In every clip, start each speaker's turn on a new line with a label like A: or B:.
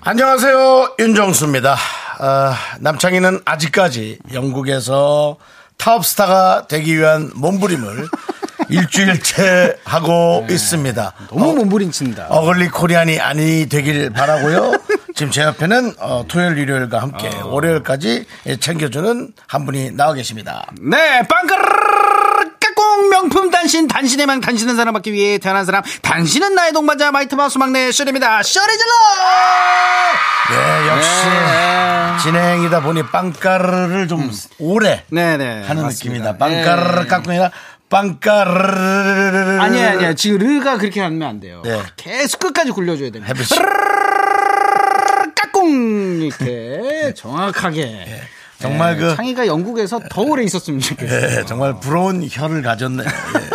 A: 안녕하세요 윤정수입니다. 아, 남창희는 아직까지 영국에서 탑스타가 되기 위한 몸부림을 일주일째 하고 있습니다.
B: 네, 너무
A: 어,
B: 몸부림친다.
A: 어글리 코리안이 아니 되길 바라고요. 지금 제 옆에는 어, 토요일, 일요일과 함께
B: 어.
A: 월요일까지 챙겨주는 한 분이 나와 계십니다.
B: 네, 빵가르르 까꿍 명품 단신 단신에만 단신은 사람받기 위해 태어난 사람 단신은 나의 동반자 마이트 마우스 막내 쇼리입니다. 쇼리 질러!
A: 네, 역시
B: 네. 음.
A: 진행이다 보니 빵가루를 좀 오래
B: 네네.
A: 하는
B: 맞습니다.
A: 느낌이다. 빵가르르
B: 네.
A: 깎고 아니라 빵가르르
B: 아니야, 아니야. 지금 르가 그렇게 하면 안 돼요.
A: 네.
B: 계속 끝까지 굴려줘야 됩니다.
A: 햇빛이
B: 까꿍! 이렇게 정확하게.
A: 네. 정말
B: 네,
A: 그
B: 창의가 영국에서 더 오래 있었으면 좋겠어요.
A: 예, 정말 부러운 혀를 가졌네요. 예.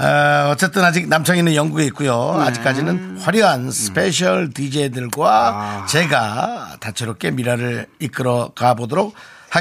A: 아, 어쨌든 아직 남창희는 영국에 있고요.
B: 네.
A: 아직까지는 화려한 스페셜
B: 음. 아.
A: DJ들과 제가 다채롭게 미라를 이끌어 가보도록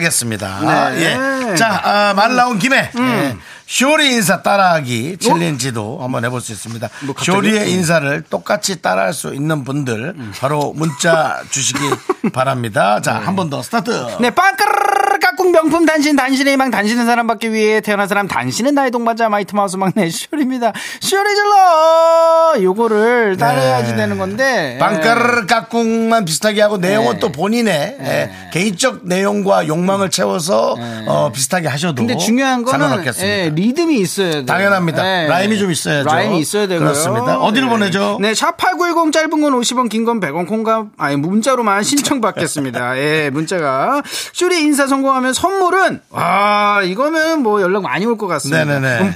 A: 하겠습니다.
B: 네. 음.
A: 예. 자, 아, 말 나온 김에 예. 쇼리 인사 따라하기 챌린지도 한번 해볼 수 있습니다.
B: 어? 뭐 갑자기? 음.
A: 쇼리의 인사를 똑같이 따라할 수 있는 분들 바로 문자 주시기 바랍니다. 자, 한 번 더 스타트.
B: 네, 빵가르르 까꿍 명품 단신, 단신의 희망, 단신은 사람받기 위해 태어난 사람, 단신은 나의 동반자, 마이트 마우스 막내 쇼리입니다. 쇼리 질러! 요거를 따라야지 되는 건데.
A: 예. 네.
B: 예. 네.
A: 빵가르르 깍꿍만 비슷하게 하고 내용은 또 본인의 예, 개인적 내용과 욕망을 채워서 어, 비슷하게 하셔도
B: 네. 근데 중요한 거는
A: 상관없겠습니다.
B: 예, 리듬이 있어야 돼요. 예.
A: 당연합니다. 라임이 좀 있어야죠.
B: 라임이 있어야 되고요.
A: 그렇습니다. 어디로 보내죠?
B: 네, 샵8910 짧은 건 50원, 긴 건 100원, 콩감 아니 문자로만 신청 받겠습니다. 예, 문자가 쇼리 인사 성공하면 선물은 아, 이거면 뭐 연락 많이 올 것 같습니다.
A: 네네네.
B: 그럼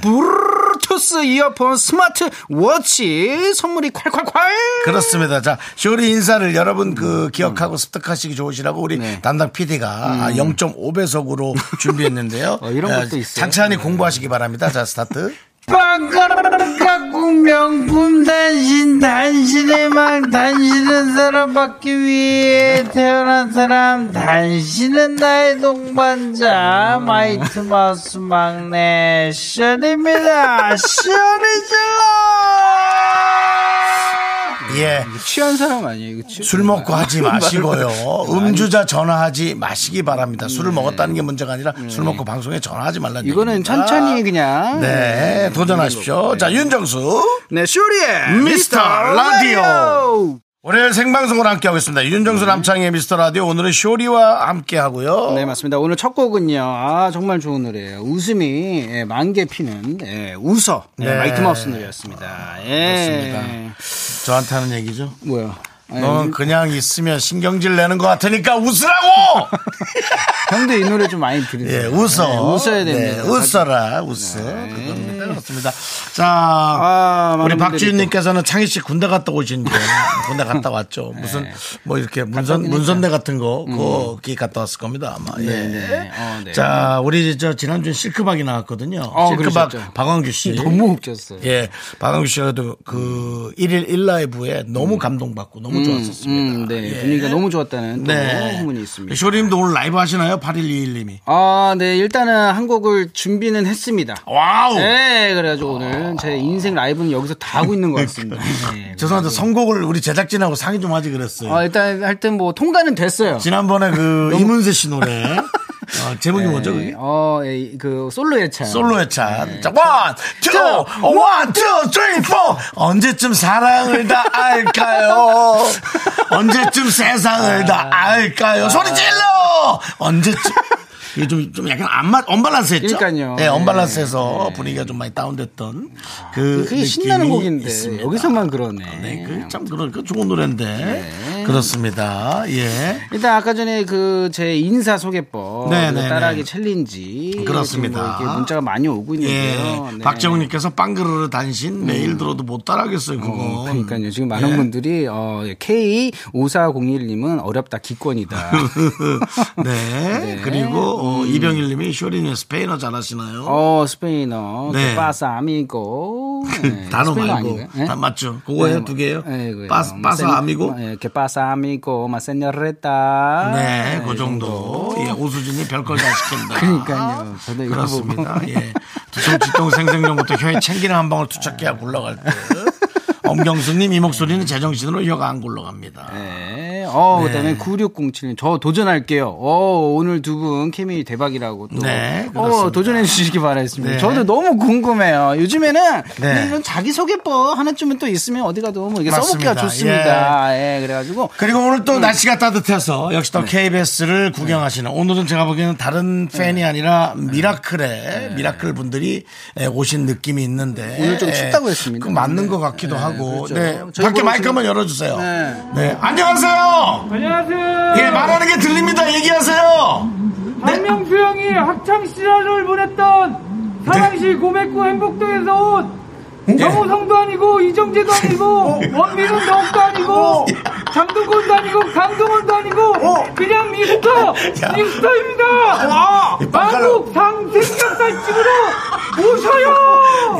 B: 블루투스 이어폰, 스마트 워치 선물이 콸콸콸.
A: 그렇습니다. 자, 쇼리 인사를 여러분
B: 음.
A: 그 기억하고 습득하시기 좋으시라고 우리
B: 네.
A: 담당 PD가 0.5배속으로 준비했는데요.
B: 음. 어, 이런
A: 예,
B: 것도 있어요?
A: 찬찬히 공부하시기 바랍니다. 자, 스타트.
B: 빵가락가국 명품 단신 단신의 망 단신은 사람받기 위해 태어난 사람 단신은 나의 동반자 마이트 마우스 막내 션입니다 션이죠
A: 예.
B: 취한 사람 아니에요 이거 취...
A: 술 먹고 하지 마시고요. 음주자 전화하지 마시기 바랍니다. 술을 먹었다는 게 문제가 아니라 술 먹고 방송에 전화하지 말라는
B: 네. 이거는
A: 얘기입니다.
B: 천천히 그냥
A: 네, 도전하십시오. 자, 윤정수.
B: 네 쇼리의
A: 미스터 라디오. 월요일 생방송으로 함께하고 있습니다. 윤정수 남창의 미스터 라디오. 오늘은 쇼리와 함께하고요.
B: 네 맞습니다. 오늘 첫 곡은요. 아 정말 좋은 노래예요. 웃음이 예, 만개 피는 예, 웃어 예,
A: 네.
B: 마이트 마우스 노래였습니다. 예.
A: 그렇습니다. 저한테 하는 얘기죠.
B: 뭐야? 아니,
A: 너는 그냥 있으면 신경질 내는 것 같으니까 웃으라고!
B: 형도 이 노래 좀 많이 들으세요.
A: 예, 웃어.
B: 네, 웃어야 됩니다.
A: 네,
B: 네.
A: 웃어라, 웃어. 그겁니다. 그렇습니다. 자, 우리
B: 아, 많은 분들이
A: 박지윤님께서는 창희 씨 군대 갔다 오신데 군대 갔다 왔죠.
B: 네.
A: 무슨 뭐 이렇게 문선 문선대 같은 거 거기 갔다 왔을 겁니다 아마. 예.
B: 음. 네. 어, 네.
A: 자, 우리 저 지난주 에 실크박이 나왔거든요.
B: 어,
A: 실크박
B: 그러셨죠.
A: 박광규 씨.
B: 너무 웃겼어요.
A: 예, 박광규 씨가도 그 1일 1라이브에 너무 감동받고 너무 좋았었습니다.
B: 음, 네
A: 예.
B: 분위기가 음, 너무 좋았다는 또
A: 네. 그
B: 후문이 있습니다.
A: 쇼리님도 오늘 라이브 하시나요? 8121님이.
B: 아, 네 일단은 한 곡을 준비는 했습니다.
A: 어. 와우!
B: 네, 그래가지고 오늘 제 인생 라이브는 여기서 다 하고 있는 것 같습니다. 네.
A: 죄송한데 선곡을 우리 제작진하고 상의 좀 하지 그랬어요.
B: 아, 일단 하여튼 뭐 통과는 됐어요.
A: 지난번에 그 이문세 씨 노래 어, 제목이 뭐죠? 그게?
B: 어, 네. 예, 그 솔로 예차.
A: 솔로의 찬. 자, 원, 투, 원, 투, 쓰리, 포. 언제쯤 사랑을 다 알까요? 언제쯤 세상을 다
B: 아.
A: 알까요? 소리 질러! 언제쯤. 이게 좀, 좀 약간 안 맞, 언밸런스 했죠?
B: 그러니까요.
A: 네, 언밸런스에서 분위기가 좀 많이 다운됐던 그.
B: 아, 그게 신나는
A: 느낌이
B: 곡인데
A: 있습니다. 아,
B: 여기서만 그러네.
A: 네, 그러니까 그참 그런 그 좋은 노래인데 그렇습니다. 예.
B: 일단 아까 전에 그 제 인사 소개법
A: 네, 네, 네.
B: 따라하기 챌린지
A: 그렇습니다.
B: 지금 뭐 이렇게 문자가 많이 오고 있는데요.
A: 예.
B: 네. 음.
A: 박정훈님께서 빵그르르 단신 매일 들어도 못 따라하겠어요, 그거.
B: 어, 그러니까요.
A: 예.
B: 지금 많은 분들이 어, K5401님은 어렵다 기권이다.
A: 네. 그리고 어, 이병일님이 쇼리님 스페인어 잘하시나요?
B: 음. 어 스페인어
A: 네.
B: 네. 빠사 아미고 네,
A: 단어
B: 스페인어
A: 말고
B: 아닌가요? 네?
A: 다 맞죠? 그거예요 두 개예요.
B: 네, 그거예요.
A: 빠스
B: 뭐,
A: 빠스
B: 센-
A: 아미고.
B: 예, 이렇게 빠사 아미고 마 세뇨레타.
A: 네,
B: 아, 이
A: 그 정도. 예, 오수진이 별걸 다 시킨다.
B: 네, 그러니까요. 저도 이거
A: 그렇습니다.
B: 보고.
A: 예. 두성지동 생생령부터 혀에 챙기는 한 방울 투척해야 굴러갈 듯. 엄경수님 이 목소리는 제정신으로 혀가 안 굴러갑니다.
B: 네. 어, 그다음에 9607님 저 도전할게요. 어, 오늘 두 분 케미 대박이라고 또.
A: 네, 그렇습니다.
B: 어, 도전해 주시기 바라겠습니다.
A: 네.
B: 저도 너무 궁금해요. 요즘에는
A: 네.
B: 근데 이런 자기 소개법 하나쯤은 또 있으면 어디 가도 뭐 이게 써먹기가
A: 맞습니다.
B: 좋습니다. 예. 그래 가지고
A: 그리고 오늘
B: 네.
A: 또 날씨가 따뜻해서 역시 또 KBS를 구경하시는 오늘은 제가 보기에는 다른
B: 네.
A: 팬이 아니라 미라클의 미라클 분들이 에, 오신 느낌이 있는데
B: 오늘 좀
A: 에,
B: 춥다고 했습니다.
A: 그 맞는
B: 네.
A: 것 같기도
B: 네,
A: 하고
B: 그렇죠.
A: 네,
B: 저희
A: 밖에
B: 보러
A: 마이크
B: 오시는-
A: 한번 열어주세요. 네.
B: 네.
A: 안녕하세요.
C: 안녕하세요.
A: 예 말하는 게 들립니다. 얘기하세요.
C: 박명수 형이 학창 시절을 보냈던
A: 네.
C: 사랑시 고맥구 행복동에서 온 정우성도 아니고 이정재도
A: 어.
C: 아니고 원빈은 더욱도 아니고 장동건도 아니고 강동원도 아니고
A: 어.
C: 그냥 미스터 미스터입니다.
A: 이 빵깔로.
C: 한국 상생겹살집으로 모셔요.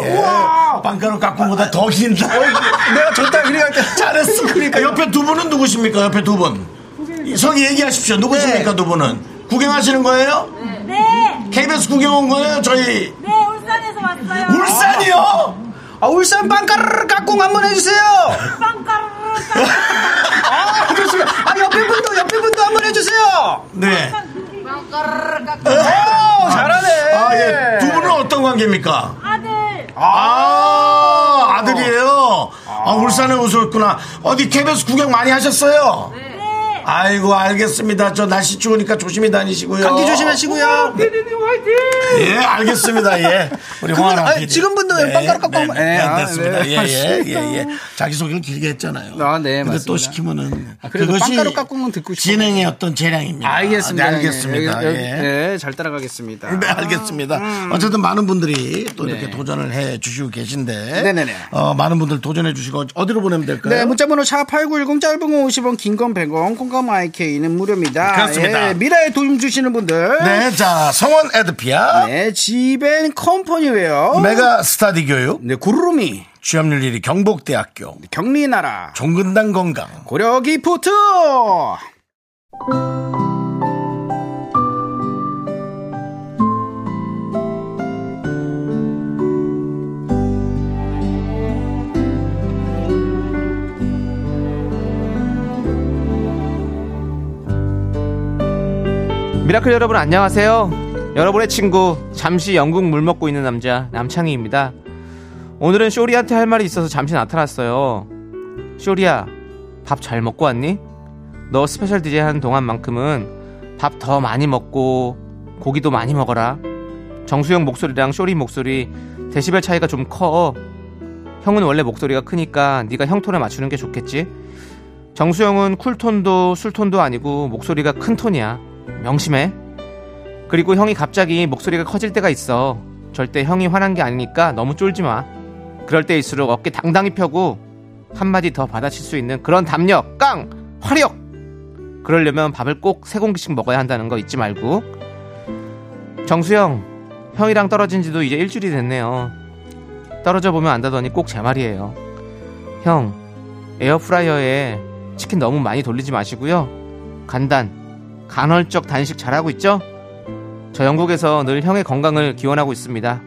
A: 예, 빵가루 깎고보다 더 긴다.
B: 어,
A: 내가 좋다 그러니까 잘했어. 그러니까 옆에 두 분은 누구십니까? 옆에 두 분. 이 성이 얘기하십시오. 누구십니까
B: 네.
A: 두 분은? 구경하시는 거예요?
D: 네,
A: KBS 구경 온 거예요? 저희
D: 네, 울산에서 왔어요.
A: 울산이요?
B: 아, 울산 빵가르르 깍꿍 한번 해 주세요.
D: 빵가루를
B: 아, 그렇습니다. 아, 옆에 분도, 옆에 분도 한번 해주세요.
A: 네.
B: 오, 어, 잘하네.
A: 아, 예. 두 분은 어떤 관계입니까?
D: 아들
A: 아, 아들이에요. 아, 울산에 오셨구나. 어디 KBS 구경 많이 하셨어요?
D: 네,
A: 아이고, 알겠습니다. 저 날씨 추우니까 조심히 다니시고요.
B: 감기 조심하시고요.
C: 피디님 화이팅.
A: 예, 알겠습니다. 예. 우리
B: 아니,
A: 황아랑 PD.
B: 지금 분도 빵가루 깎고
A: 네,
B: 하면-
A: 네, 네,
B: 예, 아,
A: 됐습니다.
B: 네,
A: 예, 예,
B: 맞습니다.
A: 예, 예. 자기소개를 길게 했잖아요.
B: 아, 네,
A: 근데 또
B: 맞습니다.
A: 시키면은.
B: 아, 그래도
A: 그것이
B: 빵가루 깎고는 듣고 싶어요.
A: 진행의 어떤 재량입니다.
B: 알겠습니다.
A: 네, 알겠습니다.
B: 예, 예,
A: 예.
B: 예, 잘 따라가겠습니다.
A: 네, 알겠습니다. 어쨌든 많은 분들이 또 이렇게
B: 네.
A: 도전을 해 주시고 계신데.
B: 네네네.
A: 어, 많은 분들 도전해 주시고 어디로 보내면 될까요?
B: 네, 문자번호 샵8910 짧은 거 50원, 긴 건 100원, 콩감 IK는 무료입니다.
A: 그렇습니다.
B: 예, 미라에 도움 주시는 분들.
A: 네, 자, 성원 에드피아.
B: 네, 지벤 컴퍼니웨어.
A: 메가 스타디 교육.
B: 네, 구루미.
A: 취업률 1위 경북대학교.
B: 경리의 나라.
A: 종근당 건강.
B: 고려 기프트.
E: 미라클 여러분 안녕하세요. 여러분의 친구 잠시 영국 물 먹고 있는 남자 남창희입니다. 오늘은 쇼리한테 할 말이 있어서 잠시 나타났어요. 쇼리야, 밥 잘 먹고 왔니? 너 스페셜 DJ 하는 동안만큼은 밥 더 많이 먹고 고기도 많이 먹어라. 정수영 목소리랑 쇼리 목소리 데시벨 차이가 좀 커. 형은 원래 목소리가 크니까 네가 형 톤에 맞추는 게 좋겠지? 정수영은 쿨톤도 술톤도 아니고 목소리가 큰 톤이야. 명심해. 그리고 형이 갑자기 목소리가 커질 때가 있어. 절대 형이 화난 게 아니니까 너무 쫄지 마. 그럴 때일수록 어깨 당당히 펴고 한마디 더 받아칠 수 있는 그런 담력, 깡, 화력. 그러려면 밥을 꼭 세 공기씩 먹어야 한다는 거 잊지 말고. 정수형, 형이랑 떨어진 지도 이제 일주일이 됐네요. 떨어져 보면 안다더니 꼭 제 말이에요. 형, 에어프라이어에 치킨 너무 많이 돌리지 마시고요. 간단, 간헐적 단식 잘하고 있죠? 저 영국에서 늘 형의 건강을 기원하고 있습니다.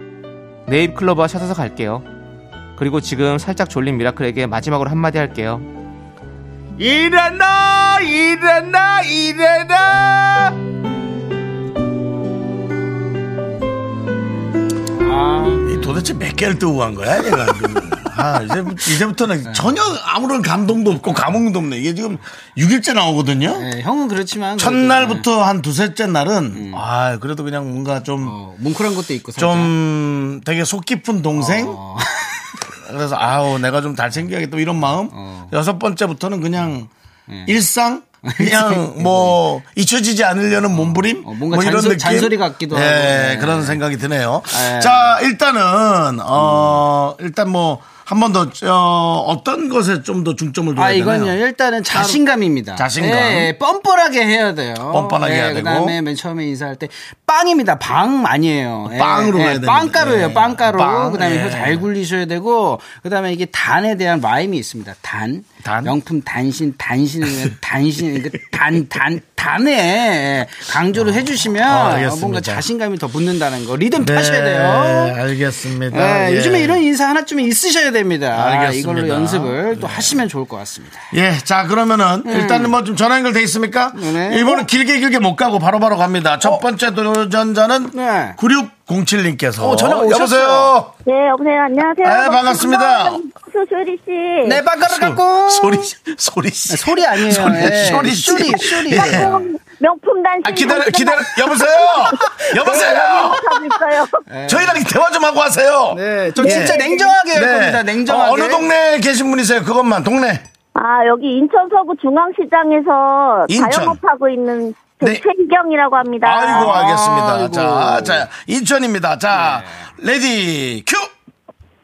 E: 네잎클로버 찾아서 갈게요. 그리고 지금 살짝 졸린 미라클에게 마지막으로 한마디 할게요. 일어나! 일어나! 일어나!
A: 이 도대체 몇 개를 뜨고 간 거야, 얘가. 지금. 네. 아, 이제, 이제부터는 전혀 아무런 감동도 없고 감흥도 없네. 이게 지금 6일째 나오거든요.
B: 네, 형은 그렇지만.
A: 첫날부터 한 두세째 날은, 아, 그래도 그냥 뭔가 좀,
B: 어, 뭉클한 것도 있고. 살짝.
A: 좀 되게 속 깊은 동생?
B: 어. 어.
A: 그래서 아우 내가 좀 잘 챙겨야겠다 이런 마음 여섯 번째부터는 그냥
B: 예.
A: 일상 그냥 뭐 잊혀지지 않으려는 몸부림 뭐
B: 어, 뭔가 잔소- 잔소리 같기도
A: 예,
B: 하고. 네.
A: 그런 생각이 드네요.
B: 예.
A: 자 일단은 어 일단 뭐 한 번 더 어, 어떤 것에 좀 더 중점을 둬야
B: 아
A: 되나요?
B: 이건요 일단은 자신감입니다.
A: 자신감.
B: 예, 예, 뻔뻔하게 해야 돼요. 예,
A: 뻔뻔하게 해야 되고.
B: 그다음에 맨 처음에 인사할 때 빵입니다. 빵 아니에요. 예,
A: 빵으로 가야 됩니다.
B: 빵가루예요.
A: 예.
B: 빵가루.
A: 빵,
B: 그다음에
A: 예.
B: 이거 잘 굴리셔야 되고 그다음에 이게 단에 대한 마임이 있습니다. 단.
A: 단?
B: 명품 단신 단신은 단신 단단 단에 강조를 해주시면
A: 아, 알겠습니다.
B: 뭔가 자신감이 더 붙는다는 거 리듬
A: 네,
B: 타셔야 돼요.
A: 알겠습니다.
B: 예,
A: 예.
B: 요즘에 이런 인사 하나쯤은 있으셔야 됩니다.
A: 알겠습니다. 네.
B: 이걸로 연습을 또 하시면 좋을 것 같습니다.
A: 예, 자 그러면은 일단은 뭐 좀 전화 연결돼 있습니까?
B: 음. 네네. 어.
A: 일본은 길게 길게 못 가고 바로바로 갑니다. 첫 번째 도전자는
B: 네.
A: 9607님께서
B: 어, 전화 오셨어요.
A: 여보세요.
F: 네, 여보세요. 안녕하세요.
A: 네, 반갑습니다.
F: 소리 씨.
B: 네, 빵가루 갖고 네,
A: 소리 소리 씨.
B: 소리 아니에요.
A: 소리,
B: 예.
A: 소리,
B: 쇼리,
A: 씨.
B: 쇼리.
A: 예.
F: 명품 단신.
A: 아, 기다려, 기다려. 여보세요. 여보세요. 네.
F: 있어요.
A: 저희랑 대화 좀 하고 하세요.
B: 네, 저 진짜 냉정하게 할 겁니다. 냉정하게.
A: 예. 어, 어느 동네에 계신 분이세요? 그것만 동네.
F: 아, 여기 인천 서구 중앙시장에서
A: 인천.
F: 자영업하고 있는
A: 네.
F: 백채희경이라고 합니다.
A: 아이고 알겠습니다.
B: 아이고. 네.
A: 자, 자 인천입니다. 자, 레디 큐.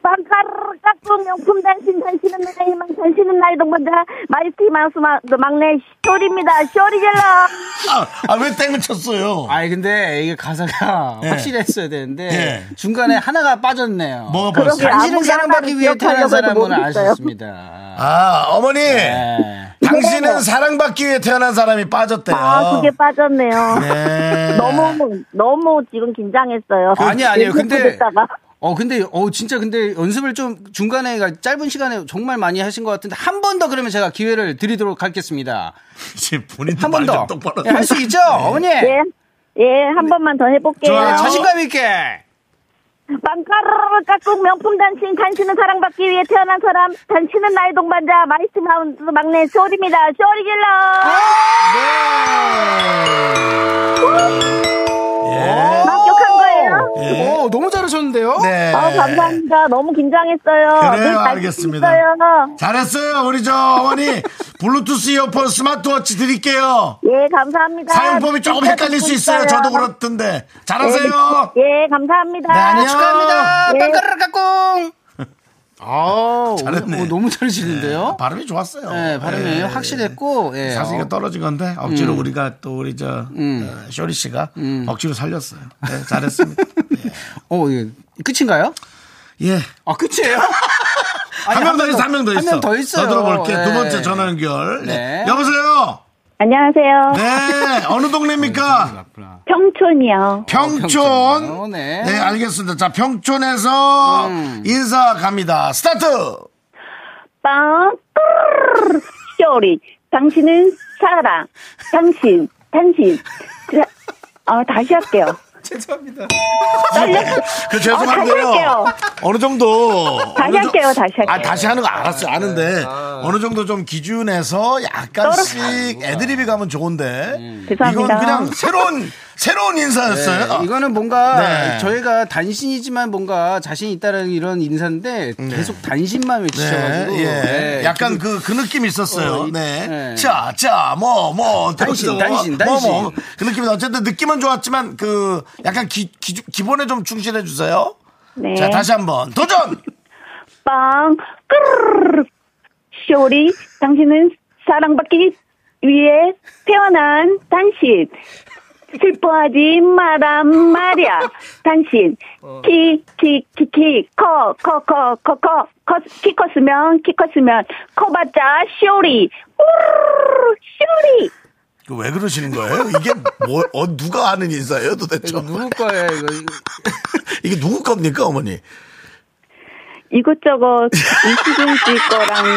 F: 빵가루 깎고 명품 단신, 단신은 나의 희망, 단신은 나의 동반자, 마이티 마우스 마, 막내 쇼리입니다. 쇼리젤러.
A: 아왜 땡을 쳤어요?
B: 아니 근데 이게 가사가
A: 예.
B: 확실했어야 되는데
A: 예.
B: 중간에 하나가 빠졌네요.
A: 뭐가 벌써?
F: 그러게요.
B: 당신은 사랑받기 위해 태어난
F: 기억하려고 해도
B: 사람은
F: 모르겠어요.
B: 아셨습니다.
A: 아 어머니.
F: 네.
B: 예.
A: 당신은 사랑받기 위해 태어난 사람이 빠졌대요.
F: 뭐. 아, 그게 빠졌네요.
A: 네.
F: 너무, 너무 지금 긴장했어요.
B: 아니 아니에요. 근데
F: 듣다가.
B: 어 근데 어 진짜 근데 연습을 좀 중간에 그러니까 짧은 시간에 정말 많이 하신 것 같은데 한 번 더 그러면 제가 기회를 드리도록 하겠습니다.
A: 이제 본인도
B: 한 번
A: 말좀
B: 더. 예,
A: 똑바로.
F: 네,
A: 네.
B: 할 수 있죠, 어머니.
F: 예. 예, 한 번만 더 해볼게요.
A: 좋아요.
B: 자신감 있게.
F: 빵가루 깍꿍 명품 단신 단신은 사랑받기 위해 태어난 사람 단신은 나의 동반자 마이스 마운드 막내 쇼리입니다 쇼리길러 합격한 거예요
B: 어 너무 잘하셨는데요.
A: 네.
F: 아 감사합니다 너무 긴장했어요
A: 그래요,
F: 늘
A: 알겠습니다.
F: 잘했어요.
A: 잘했어요, 우리 저 어머니. 블루투스 이어폰 스마트워치 드릴게요.
F: 예 감사합니다
A: 사용법이 조금 헷갈릴 수 있어요. 저도 그렇던데. 잘하세요.
F: 예 감사합니다
A: 네, 안녕.
B: 축하합니다.
F: 예.
B: 빵가루 까꿍. 아,
A: 잘했네.
B: 너무 잘하시는데요.
A: 예, 발음이 좋았어요.
B: 네, 발음이
A: 예.
B: 확실했고, 예. 음.
A: 사실 이게 떨어진 건데 억지로 우리가 또 우리 저 어, 쇼리 씨가 억지로 살렸어요. 네, 잘했습니다. 네.
B: 어, 예. 끝인가요?
A: 예.
B: 아, 끝이에요?
A: 한 명 더 있어, 한 명 더 있어.
B: 한명 더 있어요.
A: 들어볼게. 두
B: 예.
A: 번째 전화 연결. 네.
B: 네.
A: 여보세요.
F: 안녕하세요
A: 네, 어느 동네입니까?
F: 평촌이요
A: 평촌.
B: 평촌이요. 네. 음.
A: 네, 알겠습니다. 자, 평촌에서 인사 갑니다. 스타트.
F: 빵꾸르르 쇼리 당신은 사랑 당신 당신 자, 아 다시 할게요 죄송합니다
A: 그
F: 어, 다시
A: 죄송한데요.
F: 할게요.
A: 어느 정도
F: 다시
A: 어느 정-
F: 할게요, 다시 할게요.
A: 아 다시 하는 거 알았어요. 아는데
B: 네.
A: 어느 정도 좀 기준에서 약간씩 애드립이 가면 좋은데 이건
F: 죄송합니다.
A: 그냥 새로운 새로운 인사였어요. 아,
B: 음. 네, 이거는 뭔가
A: 네.
B: 저희가 단신이지만 뭔가 자신 있다는 이런 인사인데 계속 단신만
A: 네,
B: 외치셔가지고
A: 예.
B: 예.
A: 약간 그, 그 느낌이 있었어요.
B: 어, 이-
A: 네.
B: 예.
A: 자, 자, 뭐, 뭐,
B: 단신,
A: 뭐,
B: 단신,
A: 뭐, 뭐.
B: 단신.
A: 그 느낌이 어쨌든 느낌은 좋았지만 그 약간 기, 기, 기본에 좀 충실해 주세요.
F: 네.
A: 자, 다시 한번 도전!
F: 빵 꾸르르 쇼리 당신은 사랑받기 위해 태어난 당신 슬퍼하지 마란 말이야 당신 키 키 키 키 커 커 커 커커커키 컸으면 키 컸으면 커봤자 쇼리 우르르 쇼리
A: 이거 왜 그러시는 거예요? 이게 뭐, 어, 누가 하는 인사예요 도대체?
B: 이거 누구 거예요, 이거.
A: 이게 누구 겁니까, 어머니?
F: 이것저것 이수경 씨 거랑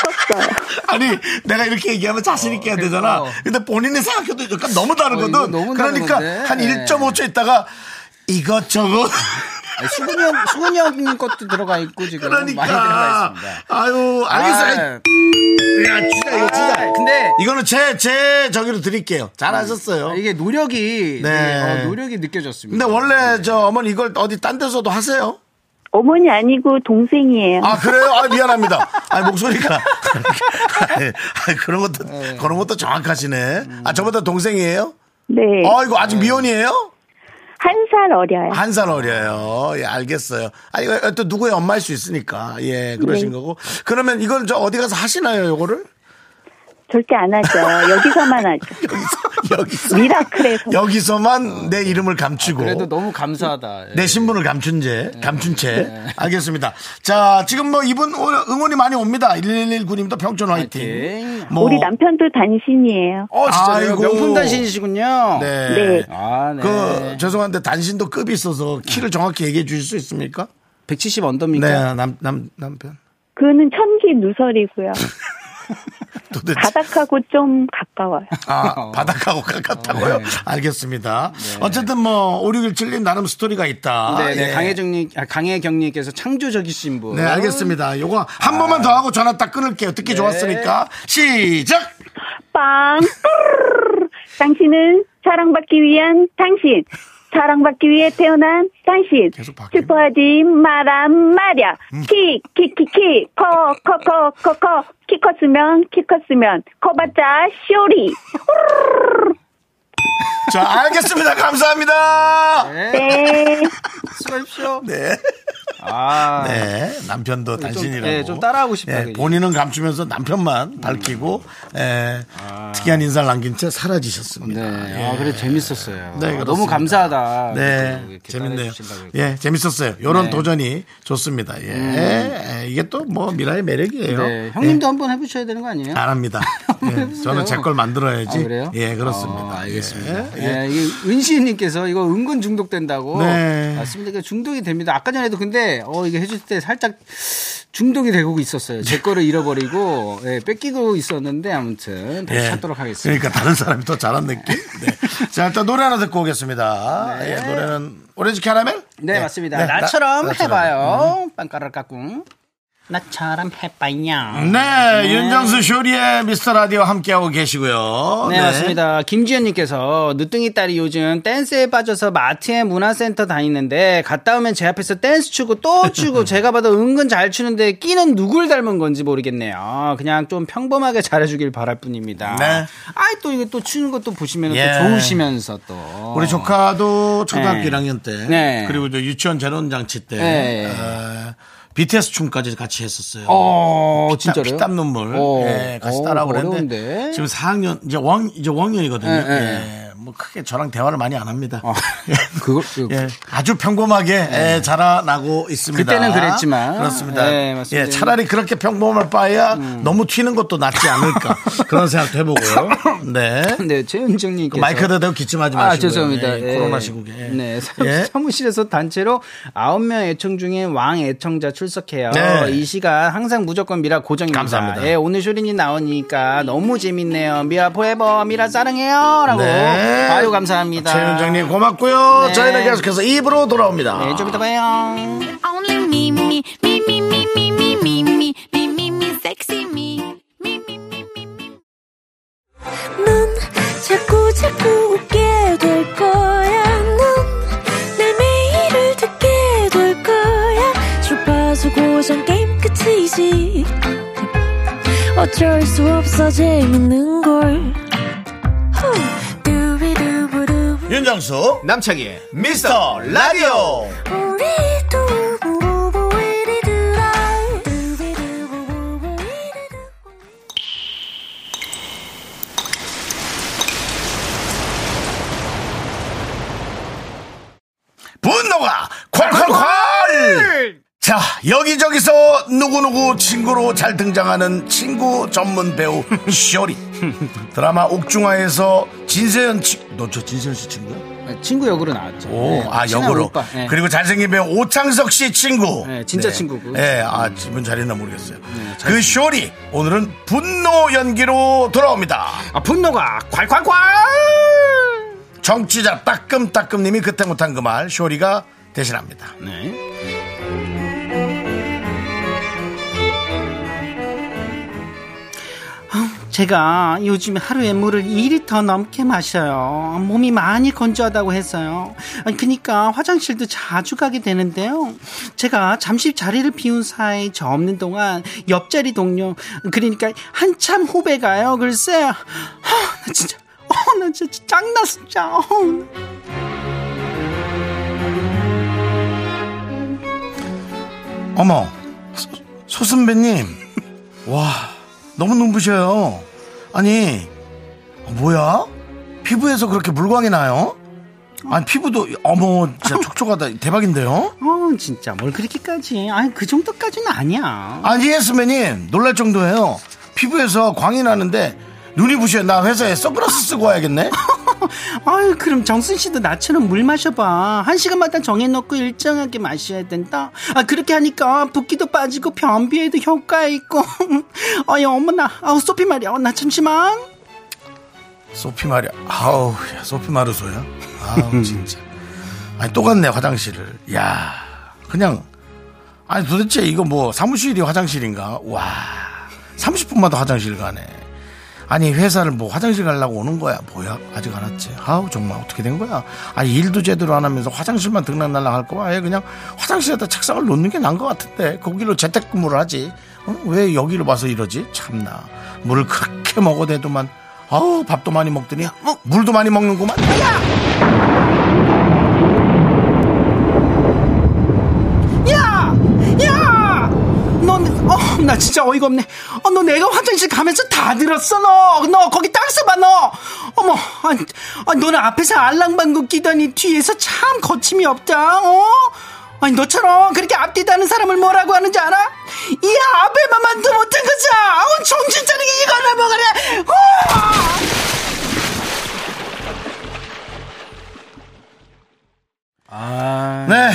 F: 섞었어요
A: 아니, 내가 이렇게 얘기하면 자신있게 해야 되잖아.
B: 그러니까.
A: 근데 본인이 생각해도 약간 너무
B: 어, 이거
A: 다르거든.
B: 너무 다른
A: 그러니까
B: 건데.
A: 한
B: 네. 음,
A: 1.5초 있다가 이것저것.
B: 아니, 수근이 형, 수근이 형 것도 들어가 있고 지금 많이 들어가
A: 그러니까.
B: 있습니다.
A: 아유, 알겠어요.
B: 아,
A: 야, 진짜 이거 진짜.
B: 아, 근데
A: 이거는 제, 제 저기로 드릴게요. 잘하셨어요.
B: 아, 이게 노력이
A: 네.
B: 되게, 어, 노력이 느껴졌습니다.
A: 근데 어, 원래 저 어머니 이걸 어디 딴 데서도 하세요?
F: 어머니 아니고 동생이에요
A: 아, 그래요? 아, 미안합니다. 아, 목소리가. 아이, 그런 것도
B: 네.
A: 그런 것도 정확하시네. 아 저보다 동생이에요?
F: 네.
A: 어 아. 이거 아직 미혼이에요?
F: 한 살 어려요.
A: 한 살 어려요. 예, 알겠어요. 아 이거 또 누구의 엄마일 수 있으니까 예 그러신
F: 네.
A: 거고. 그러면 이건 저 어디 가서 하시나요? 이거를
F: 절대 안 하죠. 여기서만 하죠.
A: 여기서
F: 미라클에서.
A: 여기서만 내 이름을 감추고
B: 아, 그래도 너무 감사하다. 예.
A: 내 신분을 감춘 채, 감춘 채. 알겠습니다. 자, 지금 뭐 이분 오늘 응원이 많이 옵니다. 1119님도 평촌 화이팅.
B: 화이팅.
A: 뭐,
F: 우리 남편도 단신이에요.
A: 어,
B: 진짜요?
A: 아이고.
B: 명품 단신이시군요.
A: 네.
F: 네.
B: 아, 네.
A: 그, 죄송한데 단신도 급이 있어서 키를 정확히 얘기해 주실 수 있습니까?
B: 170 언더입니까?
A: 네, 남, 남, 남편.
F: 그는 천기 누설이고요.
A: 도대체.
F: 바닥하고 좀 가까워요.
B: 어.
A: 아, 바닥하고
B: 네.
A: 가깝다고요? 알겠습니다. 어쨌든 뭐, 5617님 나름 스토리가 있다.
B: 네, 네.
A: 예.
B: 강혜정님, 아, 강혜경님께서 창조적이신 분.
A: 네, 알겠습니다.
B: 아.
A: 요거 한 번만 더 하고 전화 딱 끊을게요.
B: 네.
A: 듣기 좋았으니까. 시작!
F: 빵! 뚜르르르. 당신은 사랑받기 위한 당신. 사랑받기 위해 태어난 당신.
A: 계속 바뀌네. 음.
F: 슈퍼하지 마란 말야. 키, 키, 키, 키. 커, 커, 커, 커, 커. 키 컸으면, 키 컸으면. 커봤자, 쇼리.
A: 자, 알겠습니다. 감사합니다.
F: 네.
B: 수고하십시오.
A: 네.
B: 아,
A: 네. 남편도 단신이라고.
B: 예, 좀 따라하고 싶다, 음. 그게.
A: 본인은 감추면서 남편만 밝히고 예, 특이한 인사를 남긴 채 사라지셨습니다.
B: 아. 네.
A: 예.
B: 아, 그래 재밌었어요.
A: 네,
B: 아, 너무
A: 그렇습니다.
B: 감사하다. 아, 그래도
A: 네,
B: 이렇게
A: 재밌네요.
B: 따라해주신다고 해서.
A: 예, 재밌었어요. 이런
B: 네. 음.
A: 도전이 좋습니다. 예, 예, 이게 또 뭐 미라의 매력이에요.
B: 네, 형님도 한번 해보셔야 되는 거 아니에요?
A: 예, 안 합니다. 예, 저는 제 걸 만들어야지.
B: 아, 그래요?
A: 예, 그렇습니다.
B: 아, 알겠습니다.
A: 예,
B: 예,
A: 예.
B: 이게 은시님께서 이거 은근 중독된다고.
A: 네.
B: 맞습니다. 이게 중독이 됩니다. 아까 전에도 근데 어 이게 해줄 때 살짝 중독이 되고 있었어요. 제 거를 잃어버리고 예, 뺏기고 있었는데 아무튼 다시
A: 예.
B: 찾도록 하겠습니다.
A: 그러니까 다른 사람이 더 잘한 느낌. 네. 자, 일단 노래 하나 듣고 오겠습니다. 예, 노래는 오렌지 캐러멜?
B: 네, 맞습니다.
A: 네, 나-
B: 나처럼
A: 나처럼. 음.
B: 해봐요. 빵가루 까꿍. 나처럼 해봐요.
A: 네, 윤정수 쇼리의 미스터 라디오 함께하고 계시고요.
B: 네, 맞습니다. 김지현님께서 늦둥이 딸이 요즘 댄스에 빠져서 마트에 문화센터 다니는데 갔다 오면 제 앞에서 댄스 추고 또 추고 제가 봐도 은근 잘 추는데 끼는 누굴 닮은 건지 모르겠네요. 그냥 좀 평범하게 잘해주길 바랄 뿐입니다.
A: 네.
B: 아이 또 이거 또 추는 것도 보시면
A: 예.
B: 또 좋으시면서 또
A: 우리 조카도 초등학교
B: 어. 네.
A: 1학년 때
B: 네.
A: 그리고 저 유치원 재론장치 때
B: 네.
A: 어, BTS 춤까지 같이 했었어요.
B: 어
A: 땀-
B: 진짜로
A: 피땀 눈물
B: 어.
A: 예, 같이
B: 어,
A: 따라하고 그랬는데
B: 어려운데.
A: 지금 4학년 이제 왕 이제 왕년이거든요.
B: 네, 어. 네.
A: 예, 뭐 크게 저랑 대화를 많이 안 합니다. 예.
B: 그걸-
A: 예, 아주 평범하게 예, 자라나고 있습니다.
B: 네. 그때는 그랬지만.
A: 그렇습니다.
B: 예, 맞습니다. 음.
A: 예, 차라리 그렇게 평범할 바에야 너무 튀는 것도 낫지 않을까 그런 생각도 해보고요. 네.
B: 네, 최은정님께서
A: 그 마이크에다 대고 기침하지 마시고.
B: 아, 죄송합니다. 예.
A: 네, 코로나 시국에.
B: 네. 사-
A: 예.
B: 사무실에서 단체로 9명 애청 중에 왕 애청자 출석해요.
A: 네.
B: 이 시간 항상 무조건 미라 고정입니다.
A: 감사합니다.
B: 예, 오늘 쇼린이 나오니까 너무 재밌네요. 미라 포에버, 미라 사랑해요. 라고. 아유, 감사합니다.
A: 네. 최윤정님 고맙고요.
B: 네.
A: 저희는 계속해서 입으로 돌아옵니다.
B: 네, 좀 이따 봐요.
G: Only me, me, me, me, me, me, me, me, me, me, me, me, sexy me. Me, me, me, me, me.
D: 넌 자꾸 자꾸 웃게 될 거야. 넌내 매일을 듣게 될 거야. 주파수 고정 게임 끝이지. 어쩔 수 없어 재밌는 걸. 후. 두비두부두부.
A: 윤정수 남창희의 미스터 라디오.
D: 우리 두부부부 우리 두라. 두비두부부부 우리 두부.
A: 분노가 콸콸콸! 자, 여기저기서 누구누구 친구로 잘 등장하는 친구 전문 배우 쇼리. 드라마 옥중화에서 진세현 친, 너저 진세현 씨 친구야?
B: 친구 역으로 나왔죠.
A: 오,
B: 네,
A: 아,
B: 친한
A: 역으로.
B: 오빠. 네.
A: 그리고 잘생긴 배우 오창석 씨 친구.
B: 네, 진짜 친구고. 네,
A: 예, 아, 지분 잘했나 모르겠어요. 그 쇼리, 오늘은 분노 연기로 돌아옵니다.
B: 아, 분노가 콸콸콸!
A: 정치자 따끔따끔님이 그때 못한 그 말, 쇼리가 대신합니다.
B: 네. 아, 제가 요즘 하루에 물을 2리터 넘게 마셔요. 몸이 많이 건조하다고 했어요. 아니, 그러니까 화장실도 자주 가게 되는데요. 제가 잠시 자리를 비운 사이 저 없는 동안 옆자리 동료 그러니까 한참 후배가요. 글쎄, 하, 나 진짜, 어, 나 진짜 짱나 진짜. 어.
A: 어머, 소- 소선배님. 와, 너무 눈부셔요. 아니, 어, 뭐야? 피부에서 그렇게 물광이 나요? 아니, 피부도, 어머, 진짜 촉촉하다. 대박인데요?
B: 어, 진짜 뭘 그렇게까지? 아니 그 정도까지는 아니야.
A: 아니, 예, 선배님. 놀랄 정도예요. 피부에서 광이 나는데, 눈이 부셔요. 나 회사에 선글라스 쓰고 와야겠네?
B: 아유 그럼 정순 씨도 나처럼 물 마셔봐. 한 시간마다 정해놓고 일정하게 마셔야 된다. 아 그렇게 하니까 붓기도 빠지고 변비에도 효과 있고. 아유 어머나. 아우 소피 말이야. 어, 나 잠시만.
A: 소피 마리 아우 야, 소피 마르소야 아우 진짜 아니 또 갔네 화장실을 야 그냥 아니 도대체 이거 뭐 사무실이 화장실인가 와 30분마다 화장실 가네 아니 회사를 뭐 화장실 가려고 오는 거야 뭐야 아직 안 왔지 아우 정말 어떻게 된 거야 아니 일도 제대로 안 하면서 화장실만 등락날락 할 거면 아예 그냥 화장실에다 책상을 놓는 게 나은 것 같은데 거기로 재택근무를 하지 어? 왜 여기로 와서 이러지 참나 물을 그렇게 먹어대도만 아우 밥도 많이 먹더니 어? 물도 많이 먹는구만 야!
B: 야! 야! 넌, 어, 나 진짜 어이가 없네. 어, 너 내가 화장실 가면서 다 들었어, 너. 너, 거기 딱 써봐, 너. 어머, 아니, 아니, 너는 앞에서 알랑방구 끼더니 뒤에서 참 거침이 없다, 어? 아니, 너처럼 그렇게 앞뒤 다는 사람을 뭐라고 하는지 알아? 이 앞에만 만도 못한 거지! 아우, 정신 차리게 이거나 먹으래! 어!
A: 네.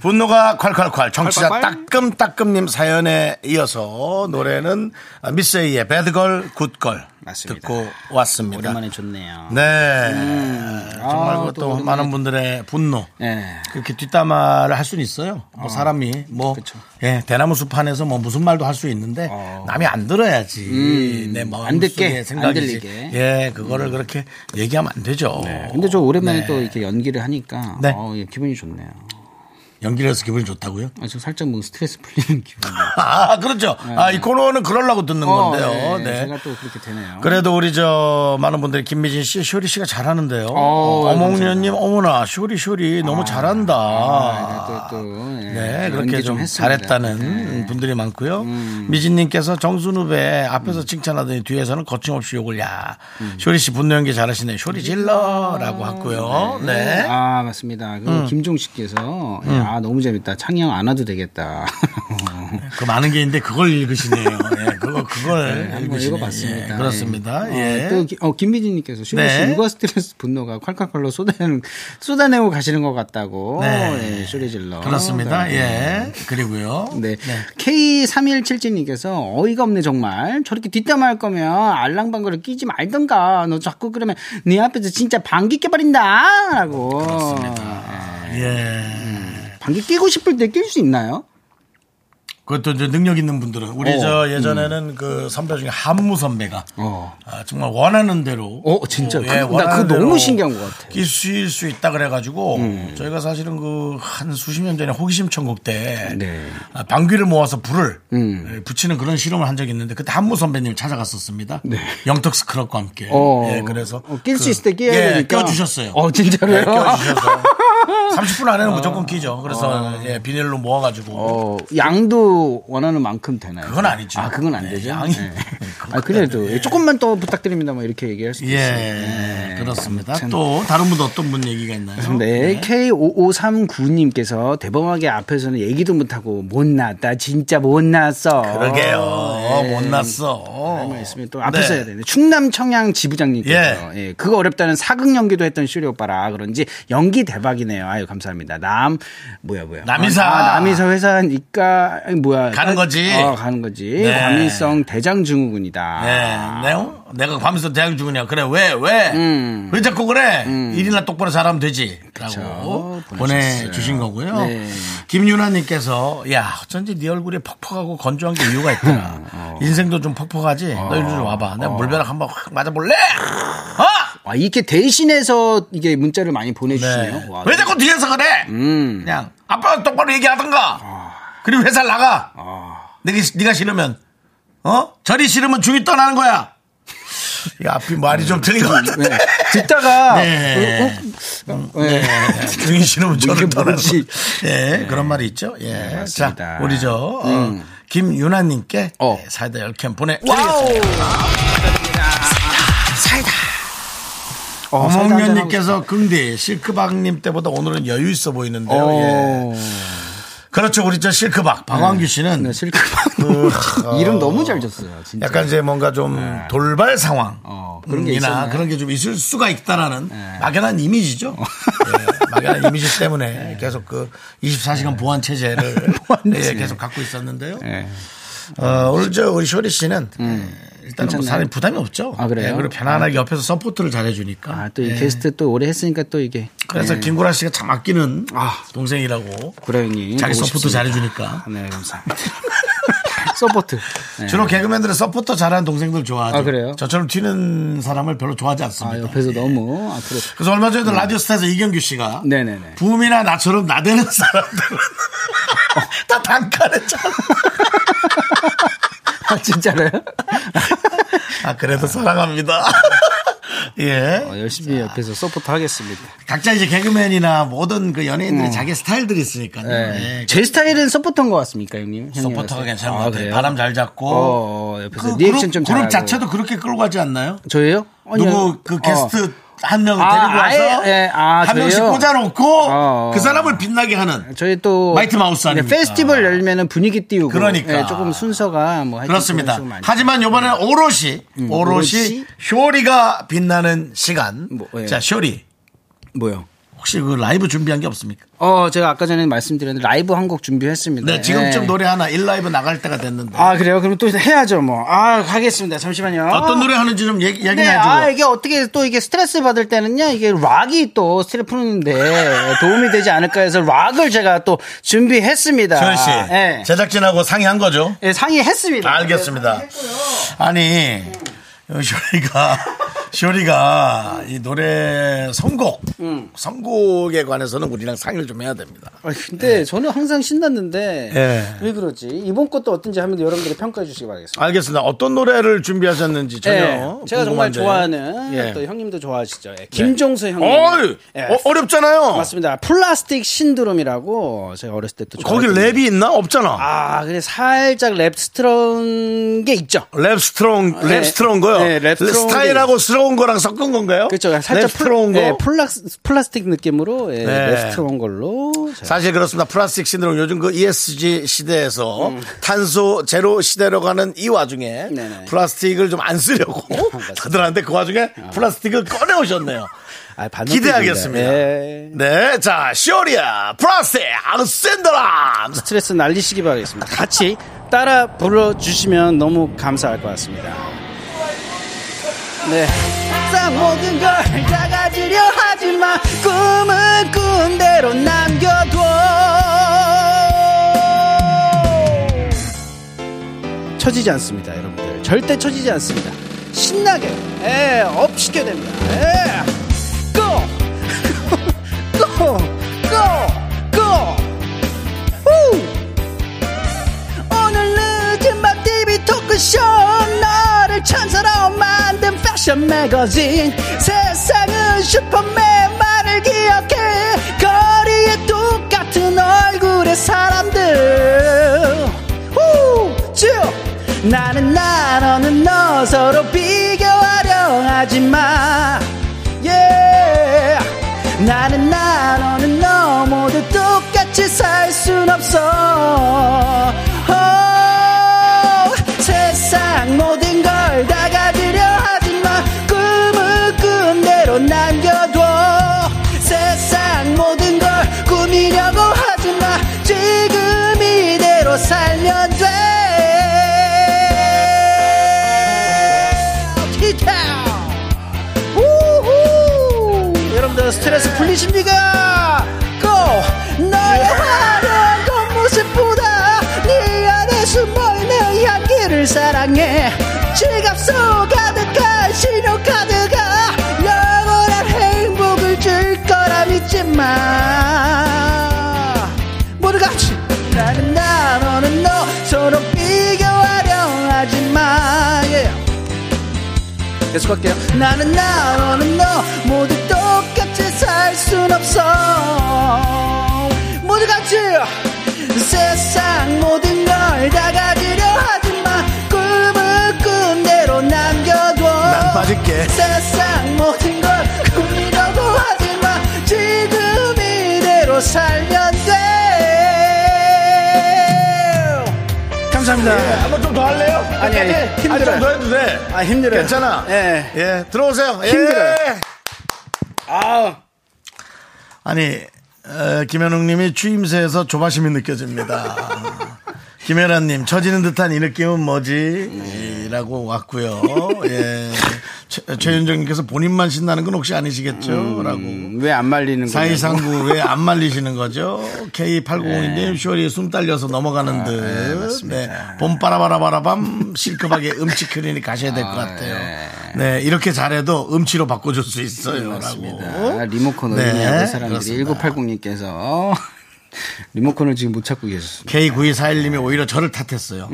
A: 분노가 콸콸콸 정치자 따끔따끔님 사연에 이어서 노래는 미세이의 배드걸 굿걸
B: 네. 맞습니다.
A: 듣고 왔습니다.
B: 오랜만에 좋네요.
A: 네. 정말
B: 아, 또
A: 그것도
B: 오랜만에
A: 많은 분들의 분노.
B: 네. 아,
A: 그렇게 뒷담화를 할 수는 있어요. 뭐 사람이 뭐 예, 대나무 숲 안에서 뭐 무슨 말도 할 수 있는데 남이 안 들어야지. 내 마음속에
B: 어. 안 듣게,
A: 생각이지.
B: 안 들리게.
A: 예, 그거를 그렇게 얘기하면 안 되죠.
B: 근데 저 오랜만에
A: 네.
B: 또 이렇게 연기를 하니까
A: 네.
B: 어, 예, 기분이 좋네요.
A: 연기를 해서 기분이 좋다고요?
B: 아, 지금 살짝 뭔가 스트레스 풀리는 기분.
A: 아, 그렇죠. 아, 이 코너는 그러려고 듣는
B: 네. 어,
A: 건데요.
B: 예,
A: 네.
B: 제가 또 그렇게 되네요.
A: 그래도 우리 저 많은 분들이 김미진 씨, 쇼리 씨가 잘하는데요.
B: 어, 아,
A: 어, 몽년님 어머나 쇼리 쇼리 너무 잘한다.
B: 네, 또, 또, 예,
A: 네,
B: 연기
A: 그렇게 좀
B: 했습니다. 네. 음.
A: 잘했다는 분들이 많고요. 미진님께서 정순우배 앞에서 칭찬하더니 뒤에서는 거침없이 욕을 야.
B: 음.
A: 쇼리 씨 분노 연기 잘하시네. 쇼리 질러라고 했고요. 네.
B: 아 맞습니다.
A: 음.
B: 그 김종식께서 예, 아 너무 재밌다. 창이 형 안 와도 되겠다.
A: 그 많은 게 있는데 그걸 읽으시네요. 예, 그거 그걸
B: 한번
A: 읽으시네.
B: 읽어봤습니다.
A: 예, 그렇습니다. 예.
B: 어, 또 기- 어, 김미진님께서 쇼리
A: 네.
B: 씨 육아 스트레스 분노가 콸콸콸로 쏟아내는 쏟아내고 가시는 것 같다고
A: 네.
B: 예, 쇼리 질러.
A: 그렇습니다.
B: 네.
A: 예. 그리고요.
B: 네. K3177님께서 어이가 없네 정말. 저렇게 뒷담화할 거면 알랑방구를 끼지 말던가. 너 자꾸 그러면 네 앞에서 진짜 방귀 깨버린다. 라고. 아, 네.
A: 예.
B: 방귀 끼고 싶을 때 낄 수 있나요?
A: 그것도 이제 능력 있는 분들은 우리
B: 어,
A: 저 예전에는 그 선배 중에 한무 선배가
B: 어.
A: 아, 정말 원하는 대로 예,
B: 어, 진짜. 그- 나
A: 원하는
B: 그거 너무
A: 대로
B: 신기한 것 같아요. 음.
A: 끼실 수 있다 그래가지고 저희가 사실은 그 한 수십 년 전에 호기심 천국 때
B: 네. 음.
A: 아, 방귀를 모아서 불을 예, 붙이는 그런 실험을 한 적이 있는데 그때 한무 선배님 을 찾아갔었습니다. 영턱 스크럽과 함께
B: 네. 어.
A: 예, 그래서
B: 어, 낄수 있을 때 끼워야
A: 예,
B: 되니까.
A: 껴주셨어요.
B: 어, 진짜로요?
A: 예, 껴주셔서 30분 안에는 무조건 끼죠. 그래서 예, 비닐로 모아가지고
B: 어, 양도 원하는 만큼 되나요?
A: 그건 아니죠.
B: 아, 그건 안
A: 네,
B: 되죠.
A: 양이-
B: 네.
A: 그건
B: 아, 그래도 조금만 더 부탁드립니다. 뭐 이렇게 얘기할 수 네. 있어요.
A: 예, 그렇습니다.
B: 아무튼.
A: 또 다른 분 어떤 분 얘기가 있나요?
B: 네, K5539님께서 대범하게 앞에서는 얘기도 못하고 못났다, 진짜 못났어. 네.
A: 그러게요. 어, 못 났어.
B: 그런 있으면 또 앞에서
A: 네.
B: 해야 되는데 충남 예, 청양 지부장님께서 예. 그거 어렵다는 사극 연기도 했던 쇼리 오빠라 그런지 연기 대박이네요. 아 아유 감사합니다. 남 뭐야 뭐야.
A: 남이사.
B: 아, 남이사 회사니까 아니, 뭐야.
A: 가는 거지.
B: 어, 가는 거지.
A: 네.
B: 과민성 대장증후군이다. 아.
A: 네, 내가, 내가 밤에서 대학 중이냐. 그래, 왜, 왜?
B: 음.
A: 왜 자꾸 그래? 일이나 똑바로 잘하면 되지. 라고
B: 그쵸,
A: 보내주신 거고요.
B: 네.
A: 김윤아님께서, 야, 어쩐지 네 얼굴이 퍽퍽하고 건조한 게 이유가 있더라.
B: 어.
A: 인생도 좀 퍽퍽하지? 너 이리 좀 와봐. 내가 물벼락 한번 확 맞아볼래? 어?
B: 와, 이렇게 대신해서 이게 문자를 많이 보내주시네요.
A: 네.
B: 와,
A: 왜 자꾸 뒤에서 그래?
B: 뭐 음. 아.
A: 그냥 아빠가 똑바로 얘기하던가. 그리고 회사 를 나가. 네가, 네가 싫으면 어 저리 싫으면 중이 떠나는 거야. 이 앞이 말이 좀 틀린 것 같은데.
B: 네. 듣다가
A: 네.
B: 어, 어, 네.
A: 네. 중이 싫으면 저를
B: 이게
A: 떠나는 거야.
B: 뭔지. 네.
A: 예, 그런 말이 있죠. 예.
B: 맞습니다. 음.
A: 자, 우리 저 어, 김윤아님께
B: 어.
A: 네, 사이다 10캔 보내드리겠습니다.
B: 어, 사이다 한잔 하고
A: 어몽년님께서 긍디 실크박님 때보다 오늘은 여유 있어 보이는데요. 예.
B: 어.
A: 그렇죠. 우리 저 실크박 방광규 씨는 그,
B: 네, 실크박 이름 너무 잘 줬어요. 진짜.
A: 어. 약간 이제 뭔가 좀 돌발 상황
B: 어, 그런 게 네.
A: 이나
B: 있었나요?
A: 그런 게 좀 있을 수가 있다라는 막연한
B: 어.
A: 이미지죠. 예, 막연한 이미지 때문에
B: 네.
A: 계속 그 24시간 보안 체제를 예, 계속 갖고 있었는데요.
B: 네. 음.
A: 어, 오늘 저 우리 쇼리 씨는 예, 일단은 뭐
B: 괜찮나요?
A: 사람이 부담이 없죠.
B: 아, 그래요?
A: 예, 그리고 편안하게 옆에서 서포트를 잘해주니까.
B: 아, 또 이
A: 예.
B: 게스트 네. 또 오래 했으니까 또 이게
A: 그래서 김구라 씨가 참 아끼는 동생이라고
B: 구라 형님
A: 자기
B: 보고
A: 서포트
B: 싶습니다.
A: 잘해주니까.
B: 아, 네, 감사합니다. 서포트. 네.
A: 주로 개그맨들은 서포터 잘하는 동생들 좋아하죠.
B: 아, 그래요?
A: 저처럼 튀는 사람을 별로 좋아하지 않습니다.
B: 아, 옆에서
A: 예.
B: 너무 앞으로
A: 그래서 얼마 전에도 라디오스타에서 이경규 씨가
B: 네네네.
A: 붐이나 나처럼 나대는 사람들은 다 단칼했잖아.
B: 아, 진짜로요?
A: 아 그래도 사랑합니다. 예.
B: 어, 열심히 옆에서 서포트 하겠습니다.
A: 각자 이제 개그맨이나 모든 그 연예인들이 자기 스타일들이 있으니까요.
B: 음. 네.
A: 예.
B: 제 스타일은 서포터인 것 같습니까, 형님? 형님
A: 서포터가
B: 알았어요?
A: 괜찮은
B: 아,
A: 것 같아요.
B: 그래요?
A: 바람 잘 잡고.
B: 어, 어,
A: 그
B: 옆에서 리액션
A: 그룹,
B: 좀
A: 그룹
B: 잘하고.
A: 자체도 그렇게 끌고 가지 않나요?
B: 어, 저예요? 아니요.
A: 누구 그 게스트 한 명을
B: 아,
A: 데리고 와서
B: 아예, 예, 아,
A: 한 명씩
B: 저예요?
A: 꽂아놓고
B: 어, 어.
A: 그 사람을 빛나게 하는
B: 어, 저희 또
A: 마이트 마우스
B: 네,
A: 아닙니까?
B: 페스티벌 열면은 분위기 띄우고
A: 그러니까.
B: 예, 조금 순서가 뭐 하여튼
A: 그렇습니다.
B: 좀 많이- 음.
A: 하지만 요번에 오롯이 오롯이
B: 오롯이
A: 쇼리가 빛나는 시간.
B: 뭐, 예.
A: 자 쇼리
B: 뭐요?
A: 혹시 그 라이브 준비한 게 없습니까?
B: 어, 제가 아까 전에 말씀드렸는데 라이브 한 곡 준비했습니다.
A: 네 지금쯤
B: 예.
A: 노래 하나 1라이브 나갈 때가 됐는데
B: 아, 그래요? 그럼 또 해야죠, 뭐. 아, 하겠습니다. 잠시만요.
A: 어떤 노래 하는지 좀 얘기, 얘기해
B: 네,
A: 주고
B: 아, 이게 어떻게 또 이게 스트레스 받을 때는요, 이게 락이 또 스트레스 푸는데 도움이 되지 않을까 해서 락을 제가 또 준비했습니다.
A: 쇼리 씨
B: 예.
A: 제작진하고 상의한 거죠?
B: 예, 상의했습니다.
A: 아, 알겠습니다. 아니 쇼리가 쇼리가 이 노래 선곡
B: 음.
A: 선곡에 관해서는 우리랑 상의를 좀 해야 됩니다.
B: 아, 근데 저는 항상 신났는데
A: 네. 예.
B: 왜 그러지? 이번 것도 어떤지 하면 여러분들이 평가해 주시기 바라겠습니다.
A: 알겠습니다. 어떤 노래를 준비하셨는지 전혀
B: 예, 제가 정말
A: 궁금한데요.
B: 좋아하는
A: 예. 네.
B: 또 형님도 좋아하시죠. 예, 김종수 형님.
A: 어이,
B: 예,
A: 어, 어렵잖아요.
B: 맞습니다. 플라스틱 신드롬이라고 제가 어렸을 때또
A: 거기 랩이 있나? 없잖아.
B: 아, 그래 살짝 랩스트런 게 있죠.
A: 랩 스트롱, 랩
B: 네.
A: 스트롱 거요.
B: 네, 랩 스트롱
A: 스타일하고 스러운 거랑 섞은 건가요?
B: 그렇죠.
A: 랩
B: 살짝
A: 스트롱
B: 플,
A: 거.
B: 예, 플라스, 플라스틱 느낌으로 예,
A: 네.
B: 랩스트런 걸로. 자,
A: 예. 사실 그렇습니다. 플라스틱 신드롬 요즘 그 ESG 시대에서 탄소 제로 시대로 가는 이 와중에
B: 음. 네네. 네,
A: 플라스틱을 좀 안 쓰려고 다들한테 그 와중에 플라스틱을 꺼내 오셨네요.
B: 아, 반응
A: 기대하겠습니다.
B: 드립니다. 예.
A: 네, 자 쇼리아 플라스틱 신드롬.
B: 스트레스 날리시기 바라겠습니다. 같이 따라 불러주시면 너무 감사할 것 같습니다. 네. 싹 모든 걸 다 가지려 하지 마. 꿈은 꿈대로 남겨둬. 처지지 않습니다, 여러분들. 절대 처지지 않습니다. 신나게, 예, 업시켜야 됩니다. 예. 고! 고! 고! 고! 후! 오늘 늦은 밤 TV 토크쇼 너를 천사로 만든 패션 매거진 세상은 슈퍼맨 말을 기억해 거리에 똑같은 얼굴의 사람들 후! 쭉! 나는 나 너는 너 서로 비교하려 하지마 yeah. 나는 나 너는 너 모두 똑같이 살 순 없어 Oh, 세상 모든 걸 다 가지려 하지마 꿈을 꿈대로 남겨둬 세상 모든 걸 그대로 살면 돼. 티타. 우후. 여러분들 스트레스
A: 네.
B: 풀리십니까? 고! 너의 화려한 겉모습보다 네 안에 숨어있는 향기를 사랑해 지갑 속 가득한 신용카드가 영원한 행복을 줄 거라 믿지 마 모두 같이 나는 나 너는 너 서로 비교하려 예. 하지 마 yeah. 계속 할게요. 나는 나, 너는 너, 모두 똑같이 살 순 없어. 모두 같이 세상 모든 걸 다 가지려 하지 마. 꿈을 꿈대로 남겨둬.
A: 난 빠질게.
B: 세상 모든 걸 꿈이라고 하지 마. 지금 이대로 살면 돼.
A: 감사합니다. 한번 좀 더 할래요?
B: 예. 아니, 아니,
A: 끝까지?
B: 힘들어요.
A: 좀더 해도 돼.
B: 아, 힘들어요.
A: 괜찮아.
B: 예.
A: 예, 들어오세요. 예.
B: 힘들어요.
A: 아, 아니, 어, 김현웅님이 추임새에서 조바심이 느껴집니다. 김혜란님, 처지는 듯한 이 느낌은 뭐지? 이 라고 왔고요. 예. 최- 최윤정님께서 본인만 신나는 건 혹시 아니시겠죠? 라고.
B: 왜 안 말리는 거야?
A: 4239 왜 안 말리시는 거죠? K802님 쇼리 숨 딸려서 넘어가는 듯. 아, 네, 봄바라바라바라밤 실급하게 음치 클리닉 가셔야 될 것 같아요. 네, 이렇게 잘해도 음치로 바꿔줄 수 있어요.
B: 아,
A: 라고.
B: 리모컨
A: 네,
B: 어린이하고 사람들이
A: 그렇습니다.
B: 1980님께서 리모컨을 지금 못 찾고 계셨습니다.
A: K9241님이 오히려 저를 탓했어요.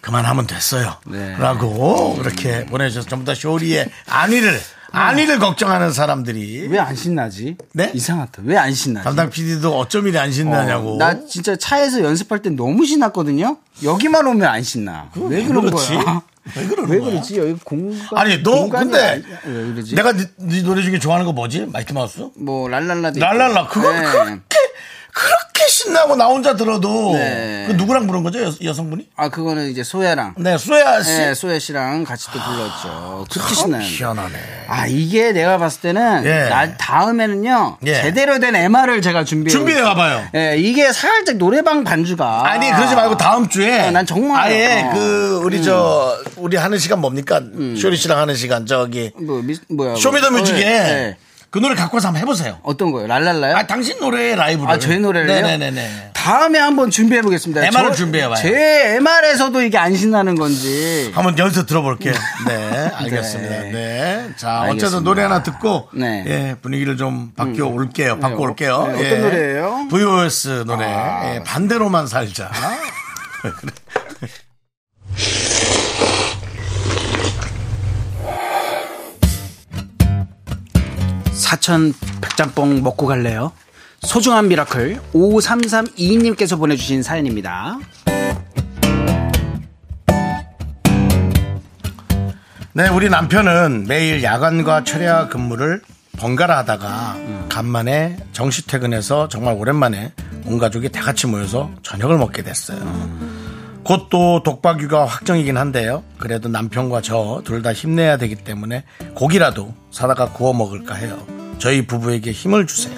A: 그만하면 됐어요.
B: 네.
A: 라고 그렇게 보내주셔서 전부 다 쇼리의
B: 네.
A: 안위를, 안위를 걱정하는 사람들이
B: 왜 안 신나지?
A: 네?
B: 이상하다. 왜 안 신나지?
A: 담당 PD도 어쩜 이리 안 신나냐고.
B: 어, 나 진짜 차에서 연습할 때 너무 신났거든요. 여기만 오면 안 신나. 왜
A: 왜
B: 그런
A: 그렇지?
B: 거야?
A: 왜 그러는
B: 왜
A: 거야?
B: 그러지? 여기 공간
A: 아니 너
B: 공간이
A: 근데
B: 아니- 왜 그러지?
A: 내가 네, 네 노래 중에 좋아하는 거 뭐지? 마이티 마우스?
B: 뭐 랄랄라
A: 랄랄라 그거
B: 네.
A: 그렇게 그렇게 신나고 나 혼자 들어도
B: 네.
A: 그 누구랑 부른 거죠 여, 성분이
B: 아 그거는 이제 소야랑
A: 네 수혜야 씨.
B: 네, 소야 씨랑 같이 또 불렀죠. 그렇게
A: 참
B: 신나요.
A: 희한하네.
B: 아 이게 내가 봤을 때는
A: 예.
B: 나 다음에는요
A: 예.
B: 제대로 된 MR을 제가 준비해
A: 준비해 와봐요.
B: 예, 이게 살짝 노래방 반주가
A: 아니 그러지 말고 다음 주에
B: 어, 난 정말
A: 아예
B: 어.
A: 그 우리 저 우리 하는 시간 뭡니까 쇼리 씨랑 하는 시간 저기
B: 뭐, 미, 뭐야 뭐.
A: 쇼미더뮤직에
B: 음. 어, 예, 예.
A: 그 노래 갖고 와서 한번 해보세요.
B: 어떤 거요? 랄랄라요?
A: 아 당신 노래 라이브를
B: 네? 아, 제 노래를요?
A: 네네네네.
B: 다음에 한번 준비해 보겠습니다.
A: MR 을 준비해봐요.
B: 제 MR에서도 이게 안 신나는 건지.
A: 한번 연습 들어볼게요. 네, 알겠습니다.
B: 음. 네.
A: 네. 자,
B: 알겠습니다.
A: 어쨌든 노래 하나 듣고
B: 네. 음.
A: 예, 분위기를 좀 바뀌어 올게요. 바꿔 올게요.
B: 네, 어떤 노래예요? 아.
A: VOS 노래. 예, 반대로만 살자.
B: 사천 백짬뽕 먹고 갈래요? 소중한 미라클 55332님께서 보내주신 사연입니다.
A: 네, 우리 남편은 매일 야간과 철야 근무를 번갈아 하다가 간만에 정시 퇴근해서 정말 오랜만에 온 가족이 다 같이 모여서 저녁을 먹게 됐어요. 곧 또 독박육가 확정이긴 한데요. 그래도 남편과 저 둘 다 힘내야 되기 때문에 고기라도 사다가 구워 먹을까 해요. 저희 부부에게 힘을 주세요.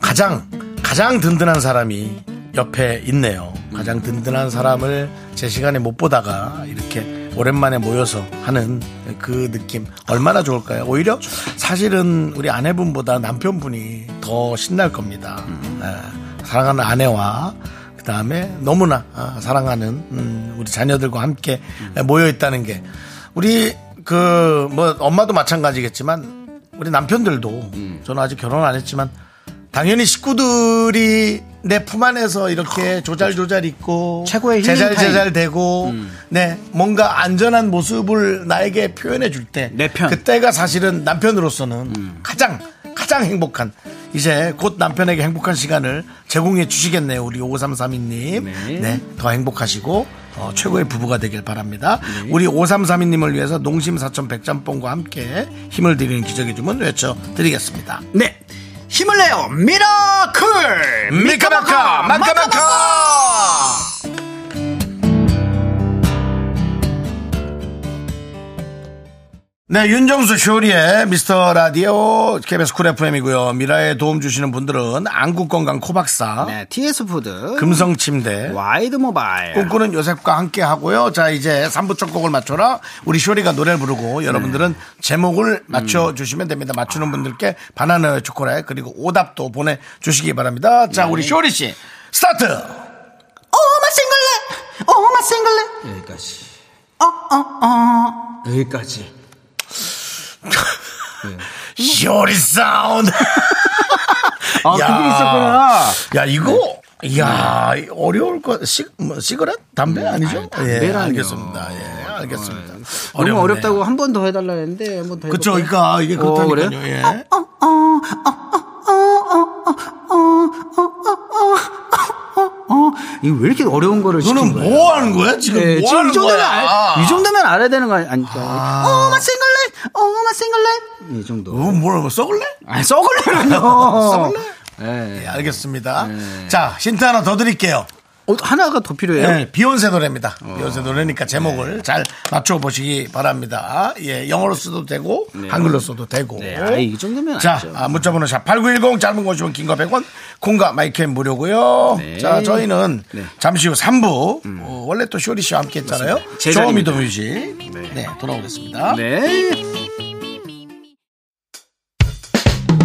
A: 가장 가장 든든한 사람이 옆에 있네요. 가장 든든한 사람을 제 시간에 못 보다가 이렇게 오랜만에 모여서 하는 그 느낌 얼마나 좋을까요? 오히려 사실은 우리 아내분보다 남편분이 더 신날 겁니다. 예, 사랑하는 아내와 그 다음에 너무나 아, 사랑하는 음, 우리 자녀들과 함께 모여 있다는 게 우리 그 뭐 엄마도 마찬가지겠지만 우리 남편들도 저는 아직 결혼 안 했지만 당연히 식구들이 내 품 안에서
B: 아,
A: 이렇게 조잘조잘 있고
B: 최고의 힐링
A: 제잘제잘 되고
B: 음.
A: 네 뭔가 안전한 모습을 나에게 표현해 줄 때
B: 내 편. 음.
A: 그때가 사실은 남편으로서는 가장 가장 행복한 이제 곧 남편에게 행복한 시간을 제공해 주시겠네요 우리 5332님
B: 네.
A: 네 더 행복하시고 어, 최고의 부부가 되길 바랍니다.
B: 네.
A: 우리 5332님을 위해서 농심 사천 백짬뽕과 함께 힘을 드리는 기적의 주문 외쳐드리겠습니다.
B: 네. 힘을 내요, 미라클!
A: 미카마카 마카마카 네, 윤정수 쇼리의 미스터 라디오 KBS 쿨 FM이고요. 미라에 도움 주시는 분들은 안국 건강 코박사,
B: 네, TS 푸드.
A: 금성 침대,
B: 와이드 모바일.
A: 꿈꾸는 요셉과 함께 하고요. 자, 이제 3부 첫 곡을 맞춰라. 우리 쇼리가 노래를 부르고 여러분들은 제목을 맞춰주시면 됩니다. 맞추는 분들께 바나나 초콜릿 그리고 오답도 보내주시기 바랍니다. 자, 우리 쇼리씨, 스타트!
B: 여기까지. 어, 어, 어. 여기까지.
A: 쇼리 사운드!
B: 아,
A: 야.
B: 그게 있었구나.
A: 야, 이거, 야 어려울 거, 시, 뭐, 시그렛? 담배 아니죠? 예,
B: 음, 담배라뇨.
A: 알겠습니다. 예, 알겠습니다.
B: 아,
A: 어렵네요.
B: 너무 어렵다고 한 번 더 해달라 했는데, 한 번 더 해볼까요?
A: 그쵸, 그러니까 이게
B: 어, 그래요?
A: 그렇다니까요. 예.
B: 어, 어, 이거 왜 이렇게 어려운 거를 시킨
A: 너는
B: 거야?
A: 뭐 하는 거야? 지금
B: 예,
A: 뭐
B: 지금
A: 하는
B: 이 정도면
A: 거야?
B: 알, 이 정도면 알아야 되는 거 아니- 아니까. 어, 맛 생글래, 어, 맛 생글래. 이 정도.
A: 어, 뭐라고 썩을래?
B: 아, 썩을래라뇨.
A: 썩을래?
B: 예.
A: 예, 알겠습니다.
B: 네.
A: 자, 힌트 하나 더 드릴게요.
B: 어, 하나가 더 필요해요. 어. 네.
A: 예, 비욘세 노래입니다. 비욘세 노래니까 제목을 잘 맞춰보시기 바랍니다. 예, 영어로 써도 되고, 한글로 써도 되고.
B: 네, 아, 이 정도면
A: 자,
B: 알죠.
A: 아, 문자번호 샵 8910, 짧은 거 50원, 긴거 100원, 콩과 마이크는 무료고요
B: 네.
A: 자, 저희는
B: 네. 음.
A: 잠시 후 3부, 어, 원래 또 쇼리 씨와 함께 했잖아요.
B: 제자리입니다.
A: 쇼미더 뮤직. 네. 돌아오겠습니다.
B: 네.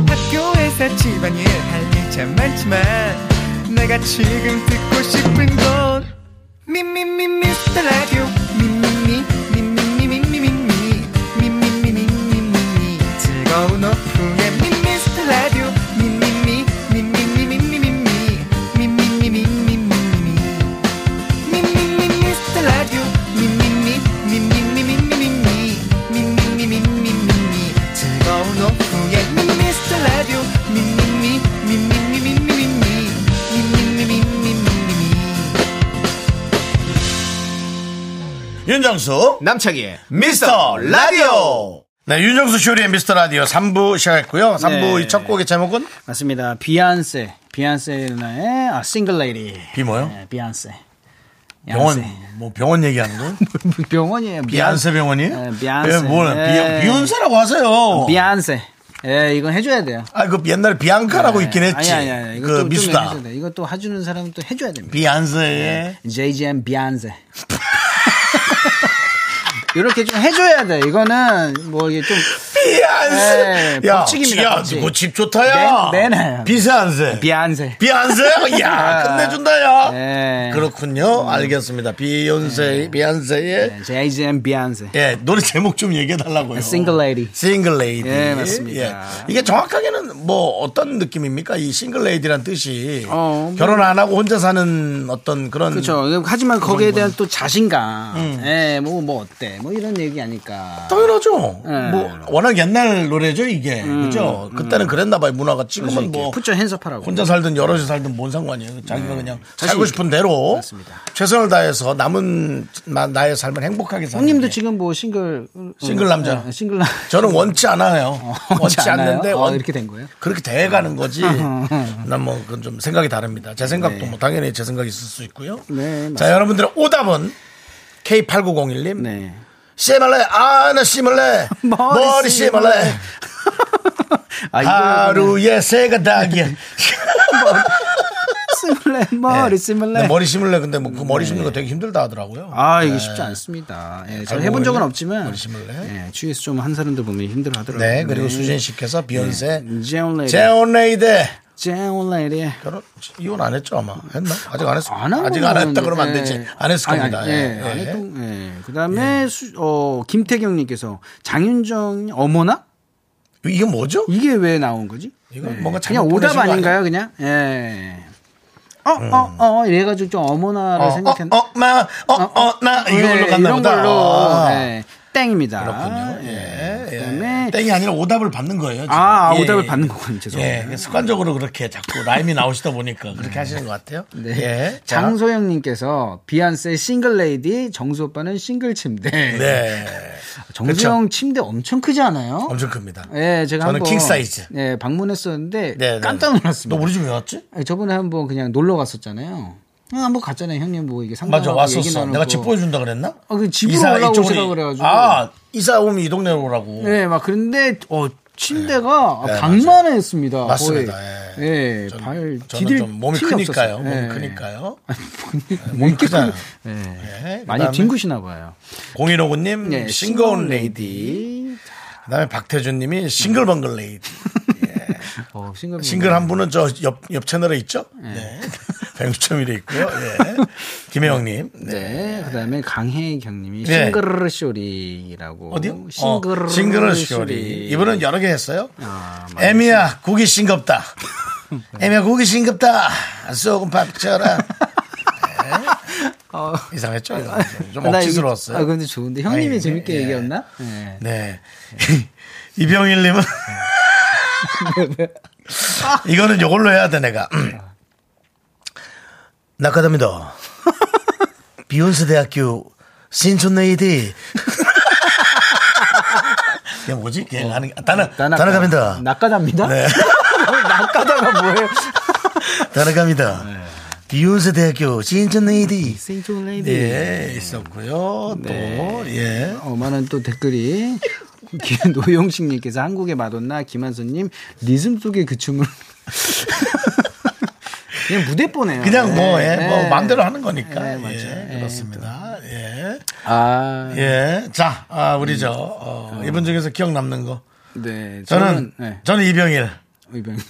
H: 학교에서 집안일 할 일 참 많지만 내가 지금 듣고 싶은 건 미미미 미스터 라디오 미미미 미미미 미미미 미미미 미미미 미미미 즐거운 오후에 미미스터 라디오 미미미 미미미 미미미 미미미 미미미 미미미 미스터 라디오 미미미 미미미 미미미 미미미 미미미 즐거운 오후에 미스터 라디오 미미미 미미미 미미미 미미미 미미미
A: 윤정수,
E: 남창희의
A: 미스터 라디오. 네, 윤정수 쇼리의 미스터 라디오 3부 시작했고요. 3부
B: 네.
A: 이 첫 곡의 제목은
B: 맞습니다. 비안세. 비안세 누나의 아, 싱글 레이디.
A: 비 뭐요?
B: 네, 비안세.
A: 병원,
B: 양세.
A: 뭐 병원 얘기하는 거?
B: 병원이에요.
A: 비안세 병원이에요?
B: 네, 비안세.
A: 예, 뭘,
B: 예.
A: 비, 비욘세라고 하세요.
B: 비안세. 예, 이건 해줘야 돼요. 예.
A: 아, 그 옛날에 비앙카라고 있긴 했지.
B: 네. 아니, 아니, 아니. 이것도
A: 그
B: 좀
A: 미수다.
B: 해줘야 돼요. 네. 이것도 해주는 사람은 또 해줘야 됩니다.
A: 비안세의
B: JGM 비안세. 이렇게 좀 해줘야 돼. 이거는 뭐 이게 좀
A: 비안세.
B: 네,
A: 야,
B: 법칙입니다,
A: 야, 뭐
B: 법칙.
A: 너집 좋다, 야.
B: 네, 네.
A: 비세안세.
B: 비안세. 아,
A: 비안세? 야, 끝내준다, 야.
B: 네.
A: 그렇군요. 알겠습니다. 비욘세, 비안세의.
B: 네, JGM 비안세.
A: 예, 노래 제목 좀 얘기해달라고요.
B: Single Lady.
A: 싱글 레이디.
B: 예, 맞습니다.
A: 이게 정확하게는 뭐 어떤 느낌입니까? 이 싱글 레이디란 뜻이
B: 어, 뭐.
A: 결혼 안 하고 혼자 사는 어떤 그런
B: 그렇죠. 하지만 거기에 대한 또 자신감.
A: 음.
B: 예, 뭐, 뭐 어때. 뭐 이런 얘기 아닐까.
A: 당연하죠.
B: 예. 음,
A: 뭐 워낙 옛날 노래죠 이게 그죠. 그때는 그랬나 봐요 문화가 지금은 뭐
B: 푸처 핸섭하라고.
A: 혼자 살든 여럿이 살든 뭔 상관이에요. 자기가 그냥
B: 자신
A: 살고
B: 있게.
A: 싶은 대로
B: 맞습니다.
A: 최선을 다해서 남은 마- 나의 삶을 행복하게 사는.
B: 형님도
A: 게.
B: 지금 뭐 싱글
A: 싱글 남자.
B: 어, 싱글 남.
A: 저는 원치 않아요. 원치,
B: 어, 않아요?
A: 않는데
B: 어,
A: 원-
B: 이렇게 된 거예요? 어.
A: 그렇게 돼가는 거지. 난 뭐 그건 좀 생각이 다릅니다. 제 생각도 뭐 당연히 제 생각이 있을 수 있고요.
B: 네, 맞습니다.
A: 자 여러분들의 오답은 K8901님
B: 네.
A: 씨말래 아나 씨말래
B: 머리
A: 머리 씨말래
B: 아, 네. 이거
A: 하루에 세가 닭이야.
B: 스물레 머리 스물레.
A: 네, 머리 심을래. 근데 뭐 그 머리 심는 거 되게 힘들다 하더라고요. 네.
B: 아 이게 쉽지 않습니다. 예, 저 해본 적은 없지만
A: 머리 심을래.
B: 예, 주위에서 좀 한 사람들 보면 힘들어하더라고요.
A: 네, 그리고 수진 씨께서 비욘세
B: 제온 레이디.
A: 재혼 레이데
B: 제온 레이디.
A: 결혼 이혼 안 했죠 아마 했나 아직 안 했어
B: 안한 예.
A: 아직 안 했다 그러면 안 되지 안 했을 겁니다
B: 아니, 예,
A: 예,
B: 안
A: 예.
B: 했던, 예. 그다음에 수, 어 김태경님께서 장윤정 어머나
A: 이게 뭐죠
B: 이게 왜 나온 거지? 예.
A: 이건 뭔가 잘못
B: 그냥 오답
A: 보내신 거 음.
B: 아닌가요, 그냥? 예. 어, 어, 어, 이래가지고 좀 어머나를 생각했는데.
A: 어어어나어어나 이걸로 갔나
B: 이런
A: 보다
B: 걸로.
A: 아,
B: 네, 땡입니다.
A: 그렇군요 예, 예.
B: 그다음에-
A: 땡이 아니라 오답을 받는 거예요 지금.
B: 아, 아,
A: 예,
B: 오답을
A: 예.
B: 받는 거군요. 죄송합니다.
A: 예, 습관적으로 그렇게 자꾸 라임이 나오시다 보니까 그렇게 하시는 것 같아요.
B: 네.
A: 예. 자.
B: 장소영님께서 비안세 싱글 레이디, 정수 오빠는 싱글 침대.
A: 네.
B: 정수영 침대 엄청 크지 않아요?
A: 엄청 큽니다.
B: 예, 제가
A: 저는
B: 한번
A: 킹 사이즈.
B: 예, 방문했었는데
A: 네, 네.
B: 깜짝 놀랐습니다.
A: 너
B: 예,
A: 우리 집에 왔지?
B: 아니, 저번에 한번 그냥 놀러 갔었잖아요. 응, 한번 갔잖아요, 형님. 뭐 이게 상담.
A: 맞아 왔었어. 내가 집 보여준다 그랬나?
B: 아, 그 집으로
A: 이사
B: 올라오시라
A: 이쪽으로 이-
B: 그래가지고.
A: 아 이사 오면 이 동네로 오라고.
B: 네, 막 그런데 어 침대가
A: 네,
B: 방만에 했습니다.
A: 맞습니다.
B: 거의.
A: 예.
B: 예,
A: 전-
B: 발
A: 저는
B: 디딜
A: 좀 몸이
B: 틈이
A: 크니까요. 몸이
B: 없었어요. 예.
A: 크니까요.
B: 몸이 크잖아요.
A: 예. 네,
B: 많이 뒹구시나 봐요.
A: 공인호구님
B: 네,
A: 싱거운 레이디. 그다음에 박태준님이 싱글벙글 레이디. 예.
B: 어, 싱글
A: 싱글 한 분은 저 옆 옆 채널에 있죠.
B: 예.
A: 네. 106.1에 있고요. 예. 김혜영님. 네.
B: 네, 그다음에 강혜경님이
A: 네.
B: 싱그르르 쇼리라고.
A: 어디요?
B: 싱그르르,
A: 어, 싱그르 쇼리.
B: 쇼리. 아,
A: 이분은 여러 개 했어요. 애미야, 국이 싱겁다. 애미야, 국이 싱겁다. 소금 밥 쳐라. 네. 이상했죠? 이거? 좀
B: 어. 아, 나 이게-
A: 억지스러웠어요.
B: 아, 근데 좋은데 형님이
A: 아, 예,
B: 재밌게
A: 예.
B: 얘기했나? 네.
A: 네. 이병일님은 이거는 요걸로 해야 돼 내가. 낙하답니다. 비욘스 대학교 신촌레이디. 걔 뭐지? 걔
B: 어.
A: 하는 게- 나는 나는 갑니다.
B: 낙가답니다.
A: 네.
B: 낙가다가 뭐예요?
A: 나는 갑니다.
B: 네.
A: 비욘스 대학교 신촌레이디.
B: 생존 레이디.
A: 예 있었고요. 또 예.
B: 네, 어, 많은 또 댓글이 노영식님께서 한국의 마돈나 김한수님 리듬 속의 그 춤을 그냥 무대 뽀네요.
A: 그냥
B: 네,
A: 뭐, 예,
B: 네.
A: 뭐, 마음대로 하는 거니까.
B: 네,
A: 예,
B: 맞아요. 예,
A: 그렇습니다. 예.
B: 아,
A: 예. 자, 아, 우리 저, 어, 이분 중에서 기억 남는 거.
B: 네.
A: 저는,
B: 저는 네,
A: 저는 이병일.
B: 의병님.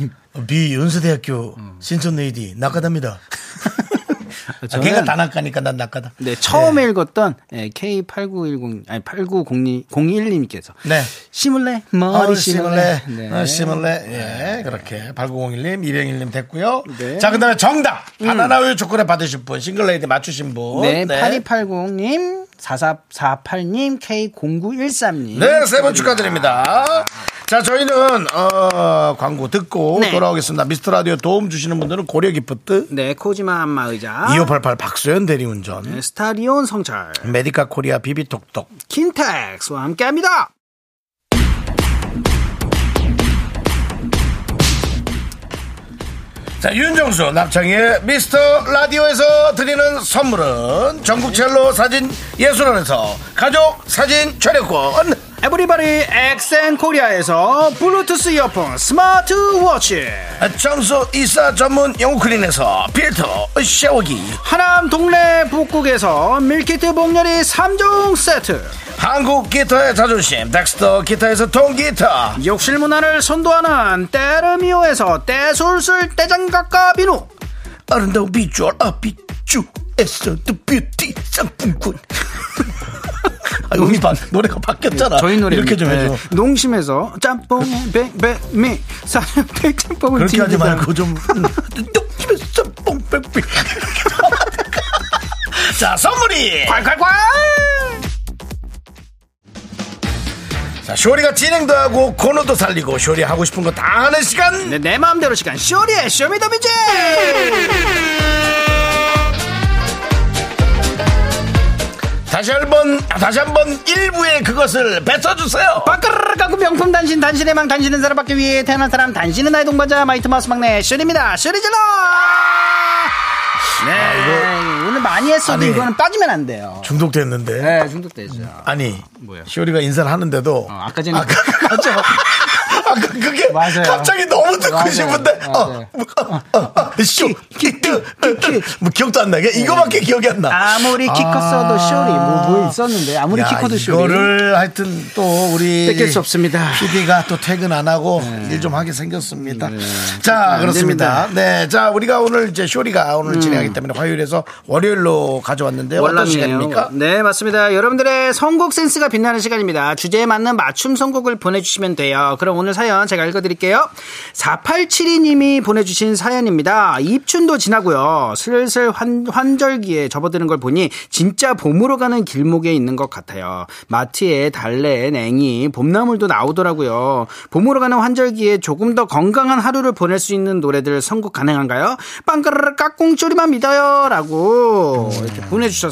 A: 비윤수대학교 신촌레이디 낙하답니다. 아, 걔가 다 낙하니까 난 낙하다.
B: 네, 처음에 읽었던 예, K8910 아니 8901님께서
A: 네.
B: 심을래
A: 어,
B: 머리
A: 시물레.
B: 심을래 네.
A: 어, 시물레. 예, 그렇게. 8901님, 201님 됐고요.
B: 네.
A: 자, 그 다음에 정답. 바나나 우유 초콜릿 받으실 분, 싱글레이디 맞추신 분.
B: 네, 8280님, 4448님, K0913님.
A: 네, 세 번 축하드립니다. 자, 저희는 어, 광고 듣고
B: 네.
A: 돌아오겠습니다. 미스터 라디오 도움 주시는 분들은 고려 기프트,
B: 네, 코지마 안마 의자.
A: 2588 아. 박소연 대리운전,
B: 네, 스타리온 성찰.
A: 메디카 코리아 비비톡톡,
B: 킨텍스와 함께 합니다.
A: 자, 윤정수, 남창희의 미스터 라디오에서 드리는 선물은 전국 첼로 사진 예술원에서 가족 사진 촬영권,
B: 에브리바디 엑센 코리아에서 블루투스 이어폰 스마트 워치.
A: 청소 이사 전문 영국클린에서 필터 샤워기,
B: 하남 동네 북극에서 밀키트 복렬이 3종 세트.
A: 한국 기타의 자존심, 덱스터 기타에서 통기타,
B: 욕실 문화를 선도하는 때르미오에서 때술술 때장갑과 비누.
A: 아름다운 비주얼 아비주에서 더 뷰티 상품권 아 여기 봐 노래가 바뀌었잖아
B: 저희 노래
A: 이렇게 좀 해줘
B: 농심에서 짬뽕에 백백미 사람 백짬뽕을
A: 그렇게 하지
B: 튀기는
A: 말고 좀 똥집에서 뽕뺑뺑 자 선물이
B: 콸콸콸!
A: 자 쇼리가 진행도 하고 코너도 살리고 쇼리 하고 싶은 거 다 하는 시간
B: 네, 내 마음대로 시간 쇼리의 쇼미더뮤직
A: 다시 한번 다시 한번 일부의 그것을 뱉어주세요
B: 빠까르르 가고 명품 단신 단신의 망 단신은 사람밖에 위해 태어난 사람 단신은 나의 동반자 마이트마우스 막내 쇼리입니다 쇼리질러 네 오늘 많이 했어도
A: 아, 아니.
B: 이거는 빠지면 안 돼요
A: 중독됐는데
B: 네 어, 중독되죠
A: 아니 쇼리가 인사를 하는데도
B: 아까 전에-
A: 맞아 아까 그게
B: 맞아요.
A: 갑자기 너무 듣고
B: 맞아요.
A: 싶은데 어,
B: 맞아요.
A: 어, 어, 어, 쇼 키트 뭐 기억도 안 나게 이거밖에 기억이 안나
B: 네. 아무리 키 컸어도 쇼리 뭐, 뭐 있었는데 아무리 키 커도 쇼리
A: 이거를 하여튼 또 우리
B: 뺏길 수 없습니다 네.
A: PD가 또 퇴근 안 하고 일 좀 하게 생겼습니다. 자,
B: 안 음.
A: 그렇습니다. 네. 자, 우리가 오늘 이제 쇼리가 오늘 진행하기 때문에 화요일에서 월요일로 가져왔는데요. 어떤
B: 월남이에요.
A: 시간입니까?
B: 네, 맞습니다. 여러분들의 선곡 센스가 빛나는 시간입니다. 주제에 맞는 맞춤 선곡을 보내주시면 돼요. 그럼 오늘 사연 제가 읽어드릴게요. 4872님이 보내주신 사연입니다. 입춘도 지나고요. 슬슬 환, 환절기에 접어드는 걸 보니 진짜 봄으로 가는 길목에 있는 것 같아요. 마트에 달래, 냉이, 봄나물도 나오더라고요. 봄으로 가는 환절기에 조금 더 건강한 하루를 보낼 수 있는 노래들 선곡 가능한가요? 빵가르르 깍꿍쪼리만 믿어요. 라고 이렇게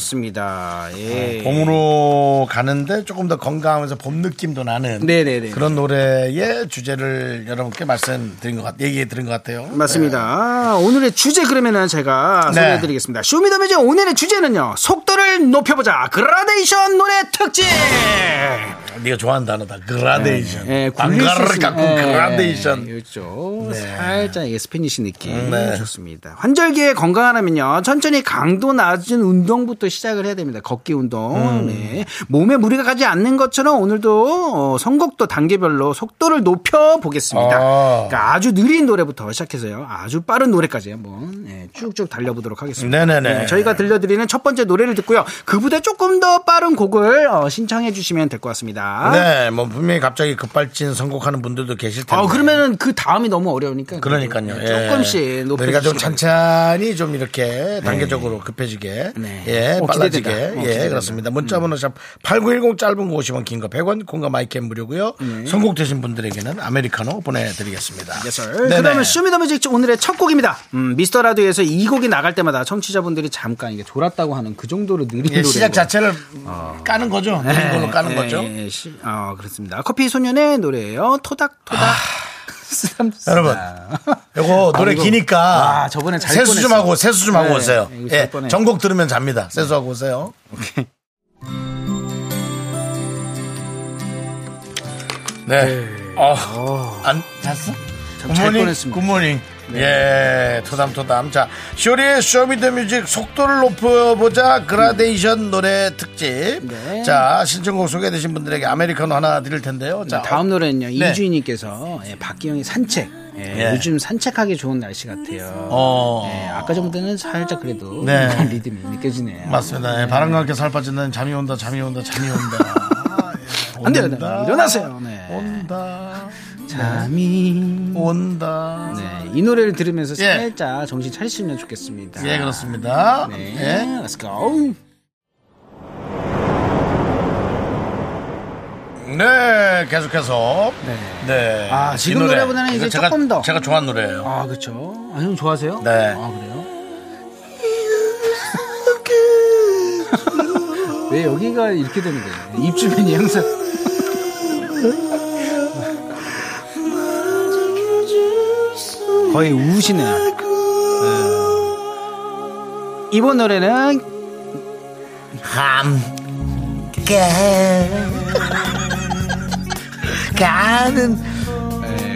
B: 보내주셨습니다. 예.
A: 봄으로 가는데 조금 더 건강하면서 봄 느낌도 나는
B: 네네네.
A: 예. 그런 노래의 주제를 여러분께 말씀드린 것 같, 얘기해 드린 것 같아요.
B: 맞습니다. 오늘의 주제 그러면은 제가 저희가
A: 네.
B: 소개해드리겠습니다. 쇼미더뮤직 오늘의 주제는요. 속도를 높여보자. 그라데이션 노래 특집.
A: 예. 네가 좋아하는 단어다. 아, 그러니까 그라데이션.
B: 예, 굴릴 수
A: 방가를
B: 있는-
A: 갖고
B: 예,
A: 그라데이션.
B: 이쪽 살짝 이게 스페니쉬 느낌
A: 네.
B: 좋습니다. 환절기에 건강하려면요 천천히 강도 낮은 운동부터 시작을 해야 됩니다. 걷기 운동.
A: 음.
B: 네. 몸에 무리가 가지 않는 것처럼 오늘도 어, 선곡도 단계별로 속도를 높여 보겠습니다.
A: 아.
B: 그러니까 아주 느린 노래부터 시작해서요 아주 빠른 노래까지 한번 예, 쭉쭉 달려보도록 하겠습니다.
A: 네네네.
B: 저희가 들려드리는 첫 번째 노래를 듣고요 그보다 조금 더 빠른 곡을 어, 신청해 주시면 될 것 같습니다.
A: 네, 뭐 분명히 갑자기 급발진 선곡하는 분들도 계실 텐데.
B: 아, 그러면은 그 다음이 너무 어려우니까. 네,
A: 그러니까요. 예.
B: 조금씩 높여.
A: 우리가 좀 천천히 좀 이렇게 단계적으로 급해지게
B: 네.
A: 예
B: 어,
A: 빨라지게
B: 기대된다. 어,
A: 예
B: 기대된다.
A: 그렇습니다. 문자번호 샵8910 짧은 거 50원 긴 거 100원 공과 마이캠 무료고요.
B: 네.
A: 선곡되신 분들에는 아메리카노 보내드리겠습니다. 네네.
B: 그러면 쇼미더뮤직 오늘의 첫 곡입니다. 음, 미스터 라디오에서 이 곡이 나갈 때마다 청취자분들이 잠깐 이게 졸았다고 하는 그 정도로 느린 예,
A: 예,
B: 노래.
A: 시작 자체를 까는 거죠. 느린 걸로 까는
B: 네,
A: 거죠.
B: 어, 그렇습니다. 커피 소년의 노래예요. 토닥토닥. 쓰담,
A: 아,
B: 쓰담.
A: 여러분, 이거 노래
B: 이거-
A: 기니까
B: 와, 저번에 잘
A: 세수 좀
B: 뻔했어.
A: 하고 세수 좀 하고
B: 네,
A: 오세요.
B: 이거 잘 네.
A: 예,
B: 뻔해.
A: 전곡 들으면 잡니다. 세수하고 오세요. 네. 어, 안 잤어?
B: 잘
A: 굿모닝.
B: 뻔했습니다. 네.
A: 굿모닝. 예, 토담토담. 자, 쇼리의 쇼미더뮤직 속도를 높여보자 그라데이션 노래 특집.
B: 네.
A: 자, 신청곡 소개되신 분들에게 아메리카노 하나 드릴 텐데요. 자,
B: 다음 노래는요.
A: 네.
B: 이주인님께서 예, 박기영의 산책. 예,
A: 예.
B: 요즘 산책하기 좋은 날씨 같아요.
A: 어.
B: 예, 아까 정도는 살짝 그래도
A: 네.
B: 리듬이 느껴지네요.
A: 맞습니다. 예, 바람과 함께 살 빠진다는 잠이 온다, 잠이 온다, 잠이 온다. 예,
B: 안 돼요, 안
A: 온다,
B: 돼요. 일어나세요. 네.
A: 온다,
B: 잠이.
A: 온다.
B: 네, 이 노래를 들으면서
A: 예.
B: 살짝 정신 차리시면 좋겠습니다.
A: 예, 그렇습니다.
B: 네,
A: 예.
B: let's go.
A: 네, 계속해서.
B: 네.
A: 네.
B: 아,
A: 이
B: 지금 노래보다는 이제
A: 제가-
B: 조금 더.
A: 제가 좋아하는 노래예요.
B: 아, 그렇죠. 아, 형 좋아하세요?
A: 네.
B: 아, 그래요? 왜 여기가 이렇게 되는 거예요? 입 주변이 항상 거의 우시네요. 네. 이번 노래는
A: 함께 가는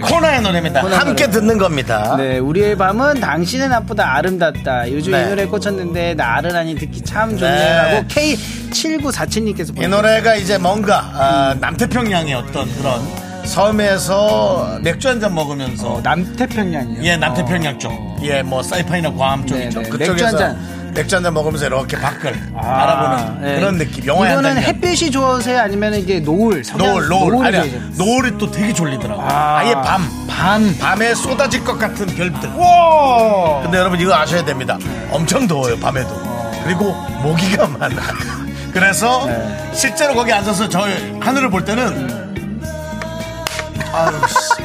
A: 코너의 노래입니다. 함께 듣는 겁니다.
B: 네, 우리의 밤은 당신은 나쁘다 아름답다. 요즘
A: 네.
B: 이 노래 꽂혔는데 나른하니 듣기 참 좋네요라고 K7947님께서
A: 이 노래가 이제 뭔가 아, 남태평양의 어떤 그런 섬에서 맥주 한 잔 먹으면서
B: 어, 남태평양이요.
A: 예 남태평양 쪽예뭐 사이판이나 괌 쪽이죠
B: 어. 네, 네.
A: 그쪽에서
B: 맥주
A: 맥주
B: 한
A: 한
B: 잔.
A: 먹으면서 이렇게 밖을
B: 아,
A: 바라보는
B: 예.
A: 그런 느낌 영화의 한
B: 이거는
A: 장면
B: 햇빛이 좋으세요? 아니면 이게 노을? 석양-
A: 노을 노을
B: 노을이
A: 아니야
B: 좋으세요?
A: 노을이 또 되게 졸리더라고
B: 아.
A: 아. 예밤
B: 밤.
A: 밤에 쏟아질 것 같은 별들 근데 여러분 이거 아셔야 됩니다 엄청 더워요 밤에도 그리고 모기가 많아 그래서
B: 네.
A: 실제로 거기 앉아서 저 하늘을 볼 때는 아유 씨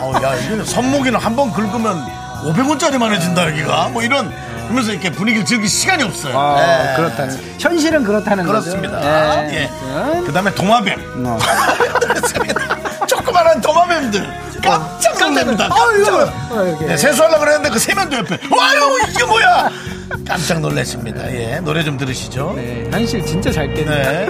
A: 어, 야, 이거는 손목이나 한 번 긁으면 500원짜리만 해진다, 여기가. 뭐 이런. 그러면서 이렇게 분위기를 즐길 시간이 없어요.
B: 아,
A: 예.
B: 그렇다는. 현실은 그렇다는 거죠.
A: 그렇습니다.
B: 예.
A: 예.
B: 아무튼.
A: 그 다음에 도마뱀.
B: 어.
A: 그렇습니다. 조그만한 도마뱀들. 깜짝 놀랍니다. 깜짝
B: 어, 이렇게.
A: 네, 세수하려고 그랬는데 그 세면도 옆에. 와요, 이게 뭐야! 깜짝 놀랐습니다. 예. 노래 좀 들으시죠.
B: 네, 현실 진짜 잘 깨네.
A: 네.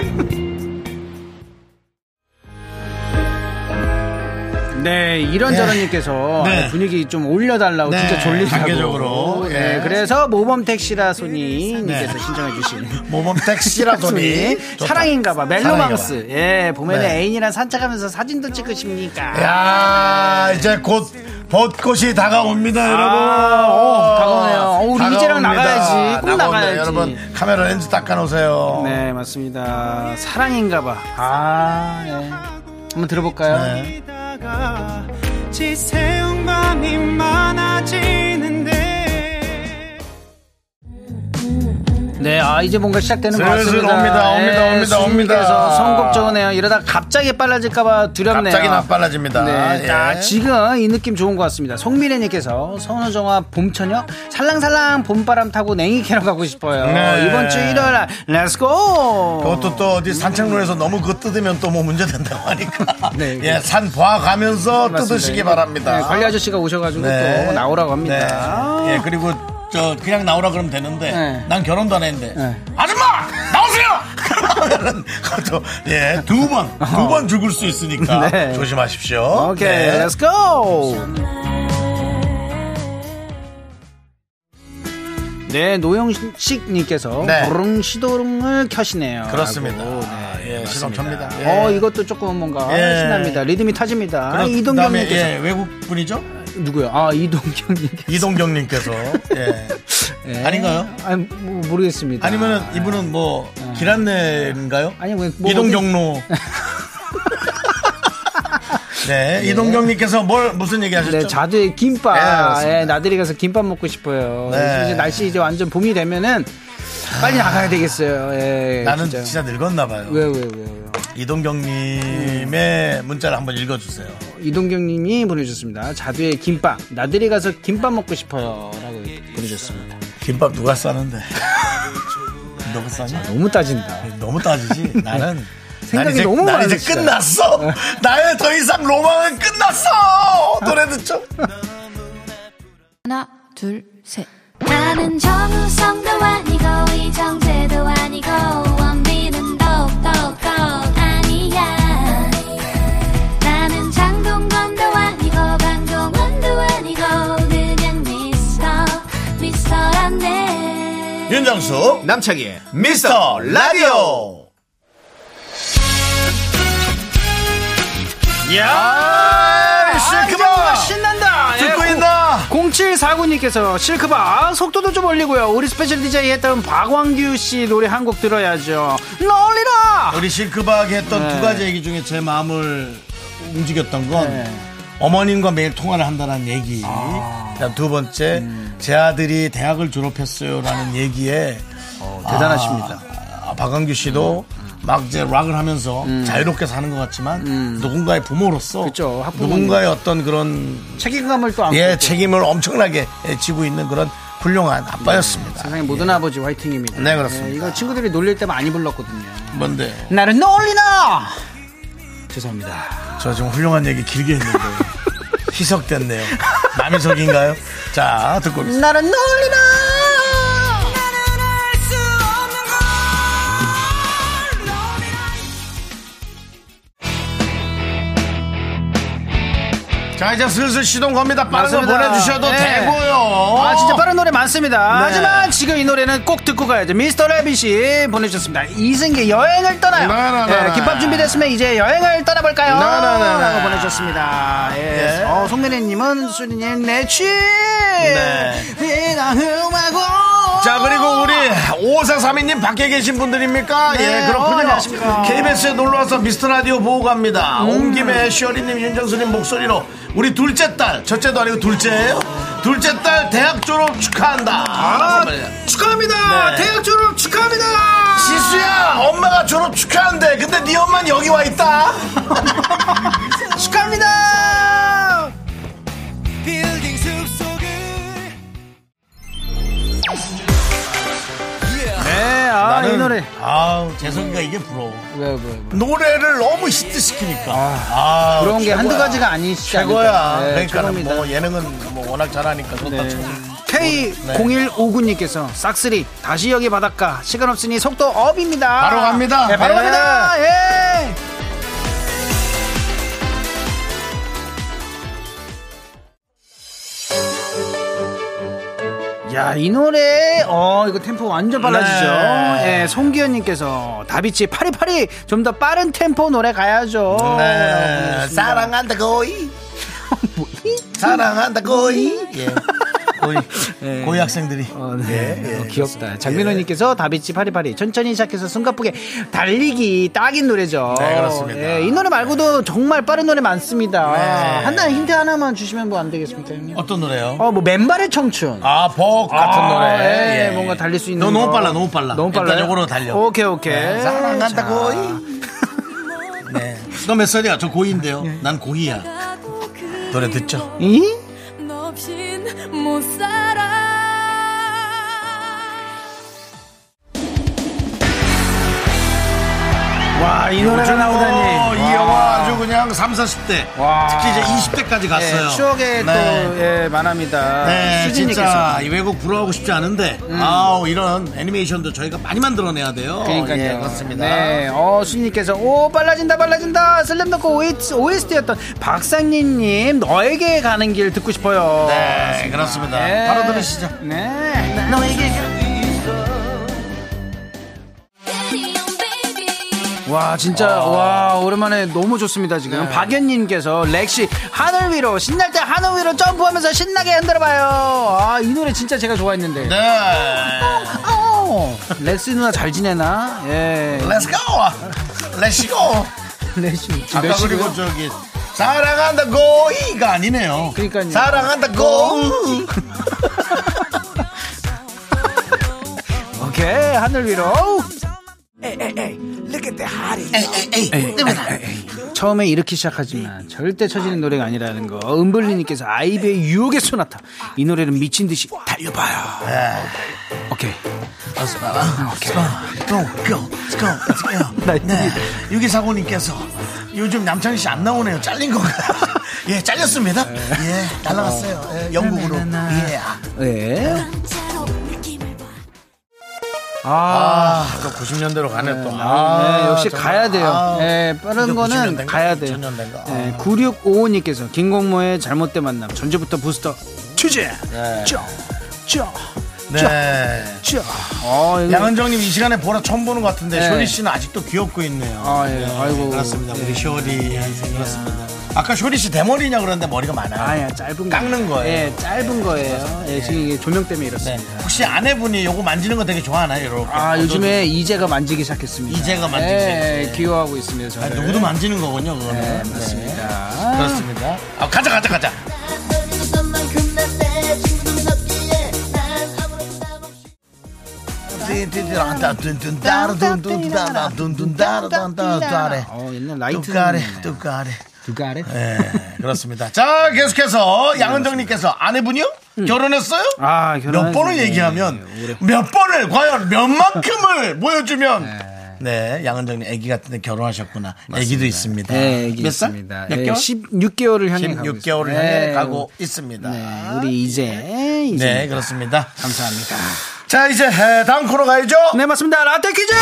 B: 네, 이런저런
A: 네.
B: 님께서
A: 네.
B: 분위기 좀 올려달라고
A: 네,
B: 진짜 졸리다고.
A: 단계적으로,
B: 네,
A: 예.
B: 그래서 모범 택시라 소니 님께서
A: 네.
B: 신청해 주신
A: 모범 택시라더니. 좋다.
B: 사랑인가봐 멜로망스
A: 사랑인가봐.
B: 예 보면 은
A: 네.
B: 애인이랑 산책하면서 사진도 찍으십니까?
A: 야 이제 곧 벚꽃이 다가옵니다, 여러분.
B: 오, 아, 다가오네요. 어, 우리 이제랑 나가야지. 꼭
A: 나가옵니다.
B: 나가야지.
A: 여러분, 카메라 렌즈 닦아놓으세요.
B: 네 맞습니다 사랑인가봐 아 예. 한번 들어볼까요?
A: 네.
B: 네, 아, 아, 이제 뭔가 시작되는 것
A: 슬슬
B: 같습니다.
A: 옵니다, 옵니다, 옵니다,
B: 수님께서
A: 옵니다.
B: 선곡 좋으네요. 이러다 갑자기 빨라질까봐 두렵네요.
A: 갑자기 나빨라집니다.
B: 네.
A: 예.
B: 야, 지금 이 느낌 좋은 것 같습니다. 송미래님께서 선우정아 봄처녀 살랑살랑 봄바람 타고 냉이 캐러 가고 싶어요.
A: 네.
B: 이번 주 일요일 날 렛츠고.
A: 그것도 또 어디 산책로에서 너무 그거 뜯으면 또 뭐 문제 된다고 하니까.
B: 네.
A: 예, 산 봐가면서 뜯으시기 바랍니다.
B: 네, 관리 아저씨가 오셔가지고 또 나오라고 합니다.
A: 네. 예, 그리고 저 그냥 나오라 그러면 되는데
B: 네.
A: 난 결혼도 안 했는데
B: 네.
A: 아줌마 나오세요. 그러면은 그것도 예, 두 번, 두 번 죽을 수 있으니까
B: 네.
A: 조심하십시오.
B: 오케이,
A: 네.
B: 렛츠 고! 네, 노영식님께서
A: 네.
B: 도롱 시도롱을 켜시네요.
A: 그렇습니다.
B: 라고.
A: 아, 예, 시동입니다
B: 어, 이것도 조금 뭔가
A: 예.
B: 신납니다. 리듬이 타집니다. 이동경님께서
A: 예, 외국 분이죠?
B: 누구요? 아, 이동경님께서
A: 이동경님께서 예.
B: 네.
A: 아닌가요?
B: 아니, 뭐, 모르겠습니다. 네.
A: 아니면은 이분은 뭐 길안내인가요?
B: 아니, 뭐, 뭐
A: 이동경로. 네, 이동경님께서 뭘 무슨 얘기하셨죠?
B: 네, 자두의
A: 네,
B: 김밥.
A: 맞습니다.
B: 예, 나들이 가서 김밥 먹고 싶어요.
A: 네. 아.
B: 요즘 이제 날씨 이제 완전 봄이 되면은 빨리 나가야 되겠어요. 예,
A: 나는 진짜, 늙었나 봐요.
B: 왜, 음. 왜, 왜, 왜.
A: 이동경님의 문자를 한번 읽어주세요.
B: 이동경 님이 보내주셨습니다. 자두의 김밥. 나들이 가서 김밥 먹고 싶어요. 라고 보내주셨습니다.
A: 김밥 누가 싸는데? 너가 싸냐?
B: 너무 따진다.
A: 너무 따지지. 나는
B: 네. 생각이
A: 난 이제-
B: 너무 네.
A: 난 이제
B: 많아, 진짜.
A: 끝났어. 나의 더 이상 로망은 끝났어. 노래 듣죠?
G: 하나, 둘, 셋.
D: 나는 정우성도 아니고 이정재도 아니고 원빈은 더욱더 아니야 나는 장동건도 아니고 강동원도 아니고 그냥 미스터 미스터란데
A: 윤정수 남창희 미스터 라디오. 야, 실크바
B: 신난다!
A: 아, 듣고 있나?
B: 0749님께서 실크바 속도도 좀 올리고요. 우리 스페셜 DJ 했던 박광규 씨 노래 한 곡 들어야죠. 널리라!
A: 우리 실크박 그 했던
B: 네.
A: 두 가지 얘기 중에 제 마음을 움직였던 건
B: 네.
A: 어머님과 매일 통화를 한다는 얘기.
B: 아.
A: 그다음 두 번째 제 아들이 대학을 졸업했어요라는 얘기에
B: 어, 대단하십니다. 음,
A: 아, 박광규 씨도 막 이제 락을 하면서 자유롭게 사는 것 같지만 누군가의 부모로서
B: 음. 그쵸, 학부모님. 아, 그렇죠.
A: 누군가의 어떤 그런
B: 책임감을 또 안고.
A: 예
B: 또
A: 책임을 엄청나게 예, 지고 있는 그런 훌륭한 아빠였습니다.
B: 세상의 모든 아버지 화이팅입니다.
A: 예.
B: 예,
A: 네, 그렇습니다.
B: 이거 친구들이 놀릴 때 많이 불렀거든요.
A: 뭔데?
B: 나를 놀리나! 죄송합니다.
A: 저 지금 훌륭한 얘기 길게 했는데 희석됐네요. 남희석인가요? 자 듣고 오겠습니다.
B: 나를 놀리라!
A: 자 이제 슬슬 시동 겁니다. 빠른 거
B: 맞습니다.
A: 보내주셔도
B: 네.
A: 되고요.
B: 아 진짜 빠른 노래 많습니다.
A: 네.
B: 하지만 지금 이 노래는 꼭 듣고 가야죠. 미스터 레빗이 보내주셨습니다. 이승기 여행을 떠나요.
A: 나나나나.
B: 예, 김밥 준비됐으면 이제 여행을 떠나볼까요?
A: 나나나나.
B: 라고 보내주셨습니다. 예.
A: 예.
B: 어, 송민혜님은 수리님 내 취.
A: 네.
B: 음악고
A: 자 그리고 우리 5432님 밖에 계신 분들입니까?
B: 네,
A: 예 그렇군요
B: 어, 안녕하십니까.
A: KBS에 놀러와서 미스터라디오 보고 갑니다
B: 음.
A: 온 김에 시어리님 윤정수님 목소리로 우리 둘째 딸 첫째도 아니고 둘째예요 둘째 딸 대학 졸업 축하한다
B: 아, 축하합니다.
A: 네.
B: 대학 졸업 축하합니다.
A: 지수야 엄마가 졸업 축하한대 근데 네 엄마는 여기 와 있다
B: 축하합니다. 네, 아, 이 노래.
A: 아우 재성이가 이게 부러워
B: 왜, 왜, 왜.
A: 노래를 너무 히트시키니까 아,
B: 그런 게
A: 최고야.
B: 한두 가지가 아니시죠.
A: 최고야 그러니까
B: 네, 최고입니다. 네. 어,
A: 뭐 예능은 뭐 워낙 잘하니까 그렇다 네. 치고.
B: K0159님께서 싹쓸이 다시 여기 바닷가 시간 없으니 속도 업입니다.
A: 바로 갑니다.
B: 예, 바로
A: 네.
B: 갑니다. 예. 야, 이 노래, 어, 이거 템포 완전 빨라지죠?
A: 네.
B: 예, 송기현님께서, 다비치, 파리파리, 좀 더 빠른 템포 노래 가야죠. 라고
A: 네,
B: 보내주셨습니다.
A: 사랑한다 거이 사랑한다 거이 예. 고이,
B: 네.
A: 고이 학생들이. 예,
B: 어, 네. 어, 귀엽다. 장민호님께서 다비치 파리파리 천천히 시작해서 숨가쁘게 달리기 딱인 노래죠.
A: 네, 그렇습니다.
B: 예, 이 노래 말고도 정말 빠른 노래 많습니다.
A: 네.
B: 하나 힌트 하나만 주시면 뭐 안 되겠습니까, 형님?
A: 어떤 노래요?
B: 어, 뭐 맨발의 청춘.
A: 아, 복 같은
B: 아,
A: 노래.
B: 예,
A: 예.
B: 뭔가 달릴 수 있는.
A: 너 너무
B: 거.
A: 빨라, 너무 빨라.
B: 너무 어,
A: 일단
B: 빨라.
A: 요거로 달려.
B: 오케이, 오케이.
A: 네, 사랑한다, 고이. 네. 너 몇 살이야? 저 고이인데요.
B: 네.
A: 난 고이야. 노래 듣죠?
B: 이?
G: 너 없인 못 살아
B: 와, 이 노래가 나오다니.
A: 이 영화 아주 그냥 3, 40대.
B: 와.
A: 특히 이제 20대까지 갔어요.
B: 예, 추억에 또, 예, 만합니다.
A: 네,
B: 수진님께서.
A: 진짜 이 외국 부러워하고 싶지 않은데 아우 이런 애니메이션도 저희가 많이 만들어내야 돼요.
B: 그러니까요.
A: 예, 그렇습니다.
B: 네, 어, 수님께서 오 빨라진다 빨라진다 슬램덩크 OST였던 박상민님 너에게 가는 길 듣고 싶어요.
A: 네, 그렇습니다.
B: 네.
A: 바로 들으시죠.
B: 네. 와 진짜 와 오랜만에 너무 좋습니다 지금
A: 네.
B: 박연님께서 렉시 하늘 위로 신날 때 하늘 위로 점프하면서 신나게 흔들어봐요. 아 이 노래 진짜 제가 좋아했는데.
A: 네,
B: 어, 렉시 누나 잘 지내나? 예.
A: Let's go, Let's go.
B: 렉시.
A: 아까
B: 렉시고요?
A: 그리고 저기 사랑한다 고이가 아니네요.
B: 그러니까요.
A: 사랑한다 고.
B: 오케이 하늘 위로. 처음에 이렇게 시작하지만 절대 처지는 노래가 아니라는 거. 은블리님께서 아이비의 유혹의 소나타. 이 노래는 미친 듯이 달려봐요. 오케이.
A: Go, go, let's go, let's go. 네. 유기사고님께서 요즘 남창희 씨 안 나오네요. 잘린 건가요? 예, 잘렸습니다. 예, 날라갔어요. 예, 영국으로.
B: 네,
A: 예.
B: 예.
A: 아, 또 90년대로 가네 또.
B: 아, 네, 역시
A: 정말.
B: 가야 돼요.
A: 아,
B: 예, 빠른
A: 이게
B: 거는
A: 90년대인가?
B: 가야 돼요.
A: 2000년대인가?
B: 예, 9655님께서 김공모의 잘못된 만남. 전제부터 부스터 추진. 쪄, 쪄,
A: 네.
B: 쪄. 어, 이거-
A: 양은정님 이 시간에 보라 처음 보는 것 같은데
B: 네.
A: 쇼리 씨는 아직도 귀엽고 있네요.
B: 아, 예. 아이고.
A: 그렇습니다.
B: 예.
A: 우리 쇼리 그렇습니다. 아까 쇼리 씨 대머리냐 그러는데 머리가 많아요.
B: 아야 짧은 거.
A: 깎는 거예요.
B: 예, 짧은 거예요. 예, 지금 이게 조명
A: 네.
B: 때문에 이렇습니다.
A: 혹시 아내분이 요거 만지는 거 되게 좋아하나요? 이렇게.
B: 아 요즘에 이제가 만지기 시작했습니다.
A: 이제가 만지기
B: 예,
A: 시작했네.
B: 귀여워하고 있습니다. 저를.
A: 아니, 누구도 만지는 거군요, 그거는.
B: 네,
A: 네.
B: 맞습니다.
A: 그렇습니다. 아, 가자, 가자, 가자.
B: 어 옛날 라이트.
A: 뚜까레, 뚜까레.
B: 두가래.
A: 예, 그렇습니다. 자, 계속해서 양은정님께서 아내분이요? 결혼했어요?
B: 아 결혼.
A: 몇 번을 얘기하면 몇 번을 과연 몇 만큼을 보여주면 네 양은정님 아기 같은데 결혼하셨구나 아기도 있습니다
B: 네, 애기
A: 몇 살?
B: 있습니다.
A: 몇
B: 예,
A: 개월?
B: 16개월을 향해 가고
A: 16개월을
B: 있습니다.
A: 향해
B: 네,
A: 가고 있습니다
B: 네, 우리 이제 이제
A: 네 그렇습니다
B: 감사합니다.
A: 자 이제 에, 다음 코너 가야죠
B: 네 맞습니다. 라떼 퀴즈.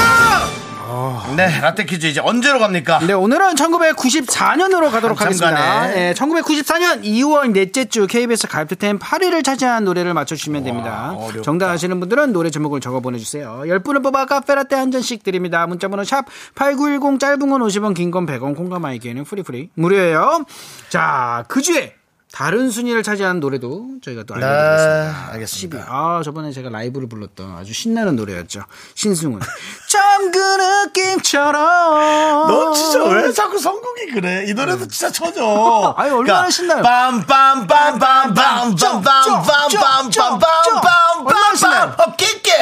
A: 네 라떼 퀴즈 이제 언제로 갑니까?
B: 네, 오늘은 1994년으로 가도록
A: 한참
B: 하겠습니다.
A: 가네.
B: 예, 1994년 2월 넷째 주 KBS 가입투텐 8위를 차지한 노래를 맞춰주시면 됩니다. 정답 아시는 분들은 노래 제목을 적어 보내주세요. 10분을 뽑아 카페라떼 한 잔씩 드립니다. 문자번호 샵 8910 짧은 건 50원, 긴 건 100원, 콩가마이기에는 프리프리. 무료예요. 자, 그 주에 다른 순위를 차지한 노래도 저희가 또 알려드리겠습니다.
A: 아, 알겠습니다
B: 아 저번에 제가 라이브를 불렀던 아주 신나는 노래였죠 신승훈 참 그 느낌처럼
A: 너 진짜 왜 자꾸 성국이 그래? 이 노래도 진짜 쳐줘.
B: 음.
A: 그러니까
B: 아니, 얼마나 신나요? 얼마나 신나요?
A: 빰빰빰빰빰빰빰빰빰빰빰빰빰빰빰빰빰빰 깃깃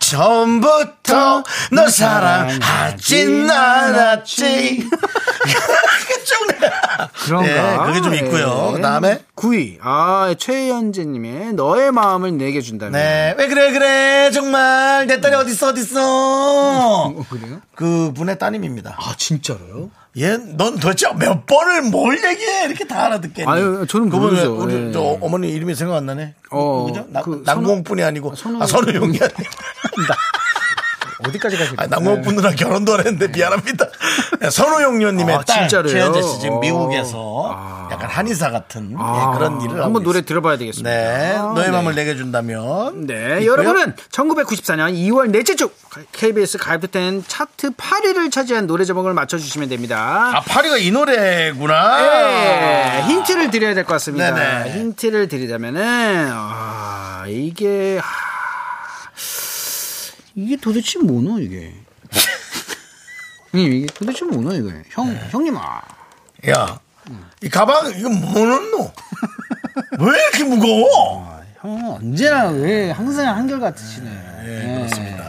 A: 처음부터 널 사랑하진 않았지. 그게 쭉 나.
B: 그런가?
A: 네, 그게 좀 있고요. 그다음에
B: 9위 아 최현재님의 너의 마음을 내게 준다면
A: 네, 왜 그래 그래 정말 내 딸이 어딨어 어딨어.
B: 그래요?
A: 그 분의 따님입니다.
B: 아 진짜로요?
A: 얘, 예, 넌 도대체 몇 번을 뭘 얘기해? 이렇게 다 알아듣겠니?
B: 아유, 저는
A: 그분 왜
B: 모르죠.
A: 우리
B: 예.
A: 저 어머니 이름이 생각 안 나네.
B: 어,
A: 누구죠? 나,
B: 그
A: 남궁뿐이 아니고, 아, 선우용이 아니고.
B: 어디까지
A: 아,
B: 가실까요?
A: 남궁 분들랑 결혼도 안 했는데 미안합니다. 네, 선우용료님의
B: 아,
A: 딸
B: 진짜로요?
A: 최현재 씨 지금 미국에서
B: 아.
A: 약간 한의사 같은 예, 그런 일을 하고
B: 한번 노래
A: 있어요.
B: 들어봐야 되겠습니다.
A: 네,
B: 아,
A: 너의
B: 네.
A: 마음을 내게 준다면
B: 네, 여러분은 1994년 2월 넷째 주 KBS 가입된 차트 8위를 차지한 노래 제목을 맞춰주시면 됩니다.
A: 아 파리가 이 노래구나.
B: 네, 힌트를 드려야 될 것 같습니다.
A: 네네.
B: 힌트를 드리자면은 아, 이게 아, 이게 도대체 뭐노 이게? 형님 이게 도대체 뭐노 이거? 형 형님 아
A: 야, 이 가방 이거 뭐는노? 왜 이렇게 무거워?
B: 형은 언제나 왜 항상 한결같으시네. 네, 그렇습니다.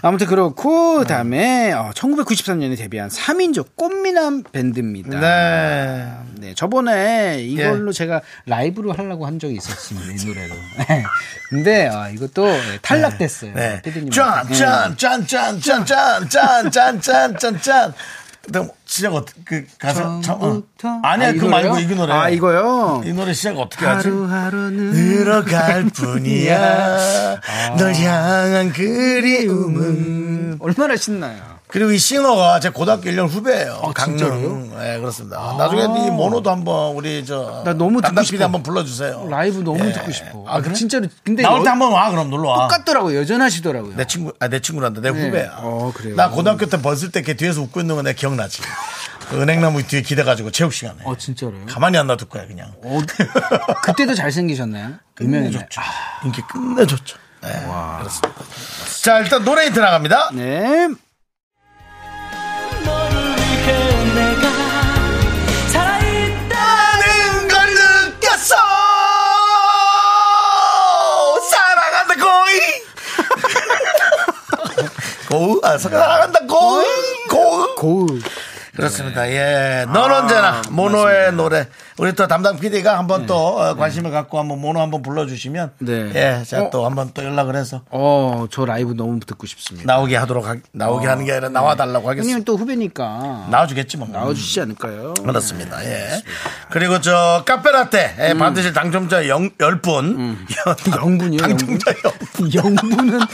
B: 아무튼 그렇고 그다음에 어, 1993년에 데뷔한 3인조 꽃미남 밴드입니다.
A: 네.
B: 네, 저번에
A: 예.
B: 이걸로 제가 라이브로 하려고 한 적이 있었습니다. 이 노래로. 네. 근데 아, 이것도 네, 탈락됐어요.
A: 네.
B: 피디님.
A: 짠, 짠, 짠, 짠, 짠, 짠, 짠, 짠, 짠, 짠, 짠. 근데 시작 어떻게 그 가사 참 어.
B: 처음부터?
A: 아니야
B: 아,
A: 그거
B: 이거요?
A: 말고 이 노래
B: 아, 이거요?
A: 이 노래 시작 어떻게 하지?
B: 하루하루는
A: 늘어갈 뿐이야
B: 아.
A: 널 향한 그리움은
B: 얼마나 신나요?
A: 그리고 이 싱어가 제 고등학교 1년 후배예요.
B: 아,
A: 강릉.
B: 진짜로요? 아.
A: 예, 그렇습니다. 나중에 이 모노도 한번 우리 저
B: 나 너무 듣고
A: 담당
B: 싶어.
A: PD 한번 불러주세요.
B: 라이브 너무
A: 예.
B: 듣고 싶어.
A: 아 그래?
B: 진짜로 근데
A: 나올 때
B: 여-
A: 한번 와 그럼 놀러 와.
B: 똑같더라고요. 여전하시더라고요.
A: 내 친구, 아, 내 친구란다. 내 후배야.
B: 어, 그래요?
A: 나 고등학교 때 벗을 때 걔 뒤에서 웃고 있는 거 내가 기억나지. 그 은행나무 뒤에 기대가지고 체육 시간에.
B: 어, 진짜로요?
A: 가만히 안 놔둘 거야, 그냥.
B: 어, 네. 그때도
A: 음,
B: 잘생기셨나요? 유명해졌죠.
A: 끝내줬죠.
B: 아.
A: 인기 끝내줬죠. 네, 그렇습니다. 자, 일단 노래 힌트 나갑니다.
B: 네.
A: 나는 걸 느꼈어! 사랑한다, 고이! 고우? 아, 사랑한다, 고이! 고우?
B: 고우.
A: 그렇습니다.
B: 네.
A: 예. 넌
B: 아,
A: 언제나 모노의 노래. 우리 또 담당 PD가 한번 또 어, 관심을 갖고 한번 모노 한번 불러주시면.
B: 네.
A: 예. 제가
B: 어.
A: 또 한번 또 연락을 해서
B: 어, 저 라이브 너무 듣고 싶습니다.
A: 나오게 하도록, 하, 나오게 하는 게 아니라 나와달라고 하겠습니다.
B: 형님 또 후배니까
A: 나와주겠지 뭐. 음,
B: 네. 나와주시지 않을까요? 네,
A: 그렇습니다. 예. 그리고 저 카페라떼 예, 받으실 당첨자 영, 10분.
B: 음. 아, 영분이요,
A: 당첨자 그 영
B: 영분은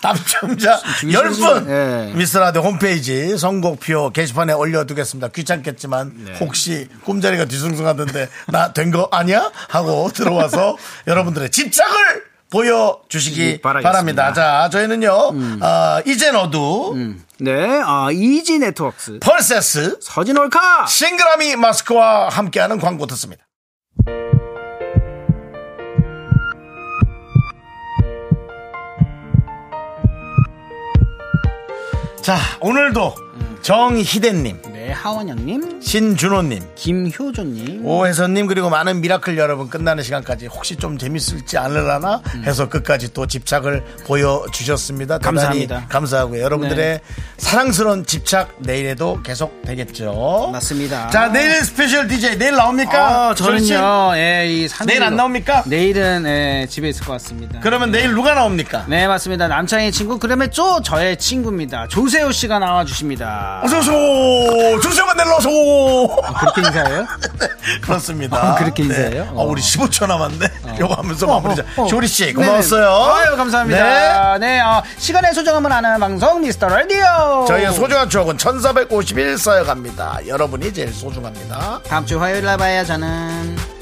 A: 당첨자
B: 주의성
A: 10분
B: 예.
A: 미스라디 홈페이지 선곡표 게시판에 올려두겠습니다. 귀찮겠지만
B: 네.
A: 혹시 꿈자리가 뒤숭숭하던데 나 된 거 아니야? 하고 들어와서 여러분들의 집착을 보여주시기
B: 예, 바라겠습니다. 음.
A: 바랍니다. 자, 저희는요, 아, 이제 너도
B: 네, 아 이지 네트워크스
A: 펄세스
B: 서진 올카
A: 싱그라미 마스크와 함께하는 광고 듣습니다. 자, 오늘도 정희대님,
B: 네 하원영님,
A: 신준호님,
B: 김효조님,
A: 오혜선님 그리고 많은 미라클 여러분 끝나는 시간까지 혹시 좀 재밌을지 않으려나 해서 끝까지 또 집착을 보여주셨습니다. 대단히
B: 감사합니다. 네.
A: 감사하고요. 여러분들의 사랑스러운 집착 내일에도 계속 되겠죠.
B: 맞습니다.
A: 아. 자 내일 스페셜 DJ 내일 나옵니까?
B: 아,
A: 조현 씨?
B: 저는요, 예, 이 산으로-
A: 내일 안 나옵니까?
B: 내일은 예, 집에 있을 것 같습니다.
A: 그러면 내일 누가 나옵니까?
B: 네 맞습니다. 남창의 친구 그러면 쪼 저의 친구입니다. 조세호 씨가 나와주십니다.
A: 어서 오세요. 조세호가 내일 나오세요.
B: 그렇게 인사해요?
A: 그렇습니다.
B: 아, 그렇게 인사해요?
A: 네. 아, 우리 15초 남았네. 요거 하면서 마무리자.
B: 어.
A: 조리 씨
B: 네네.
A: 고마웠어요.
B: 아유,
A: 네.
B: 감사합니다. 네, 어, 시간의 소중함을 아는 방송 미스터 라디오.
A: 저희의 소중한 추억은 1451쌓여 갑니다. 여러분이 제일 소중합니다.
B: 다음 주 화요일 날 봐요. 저는.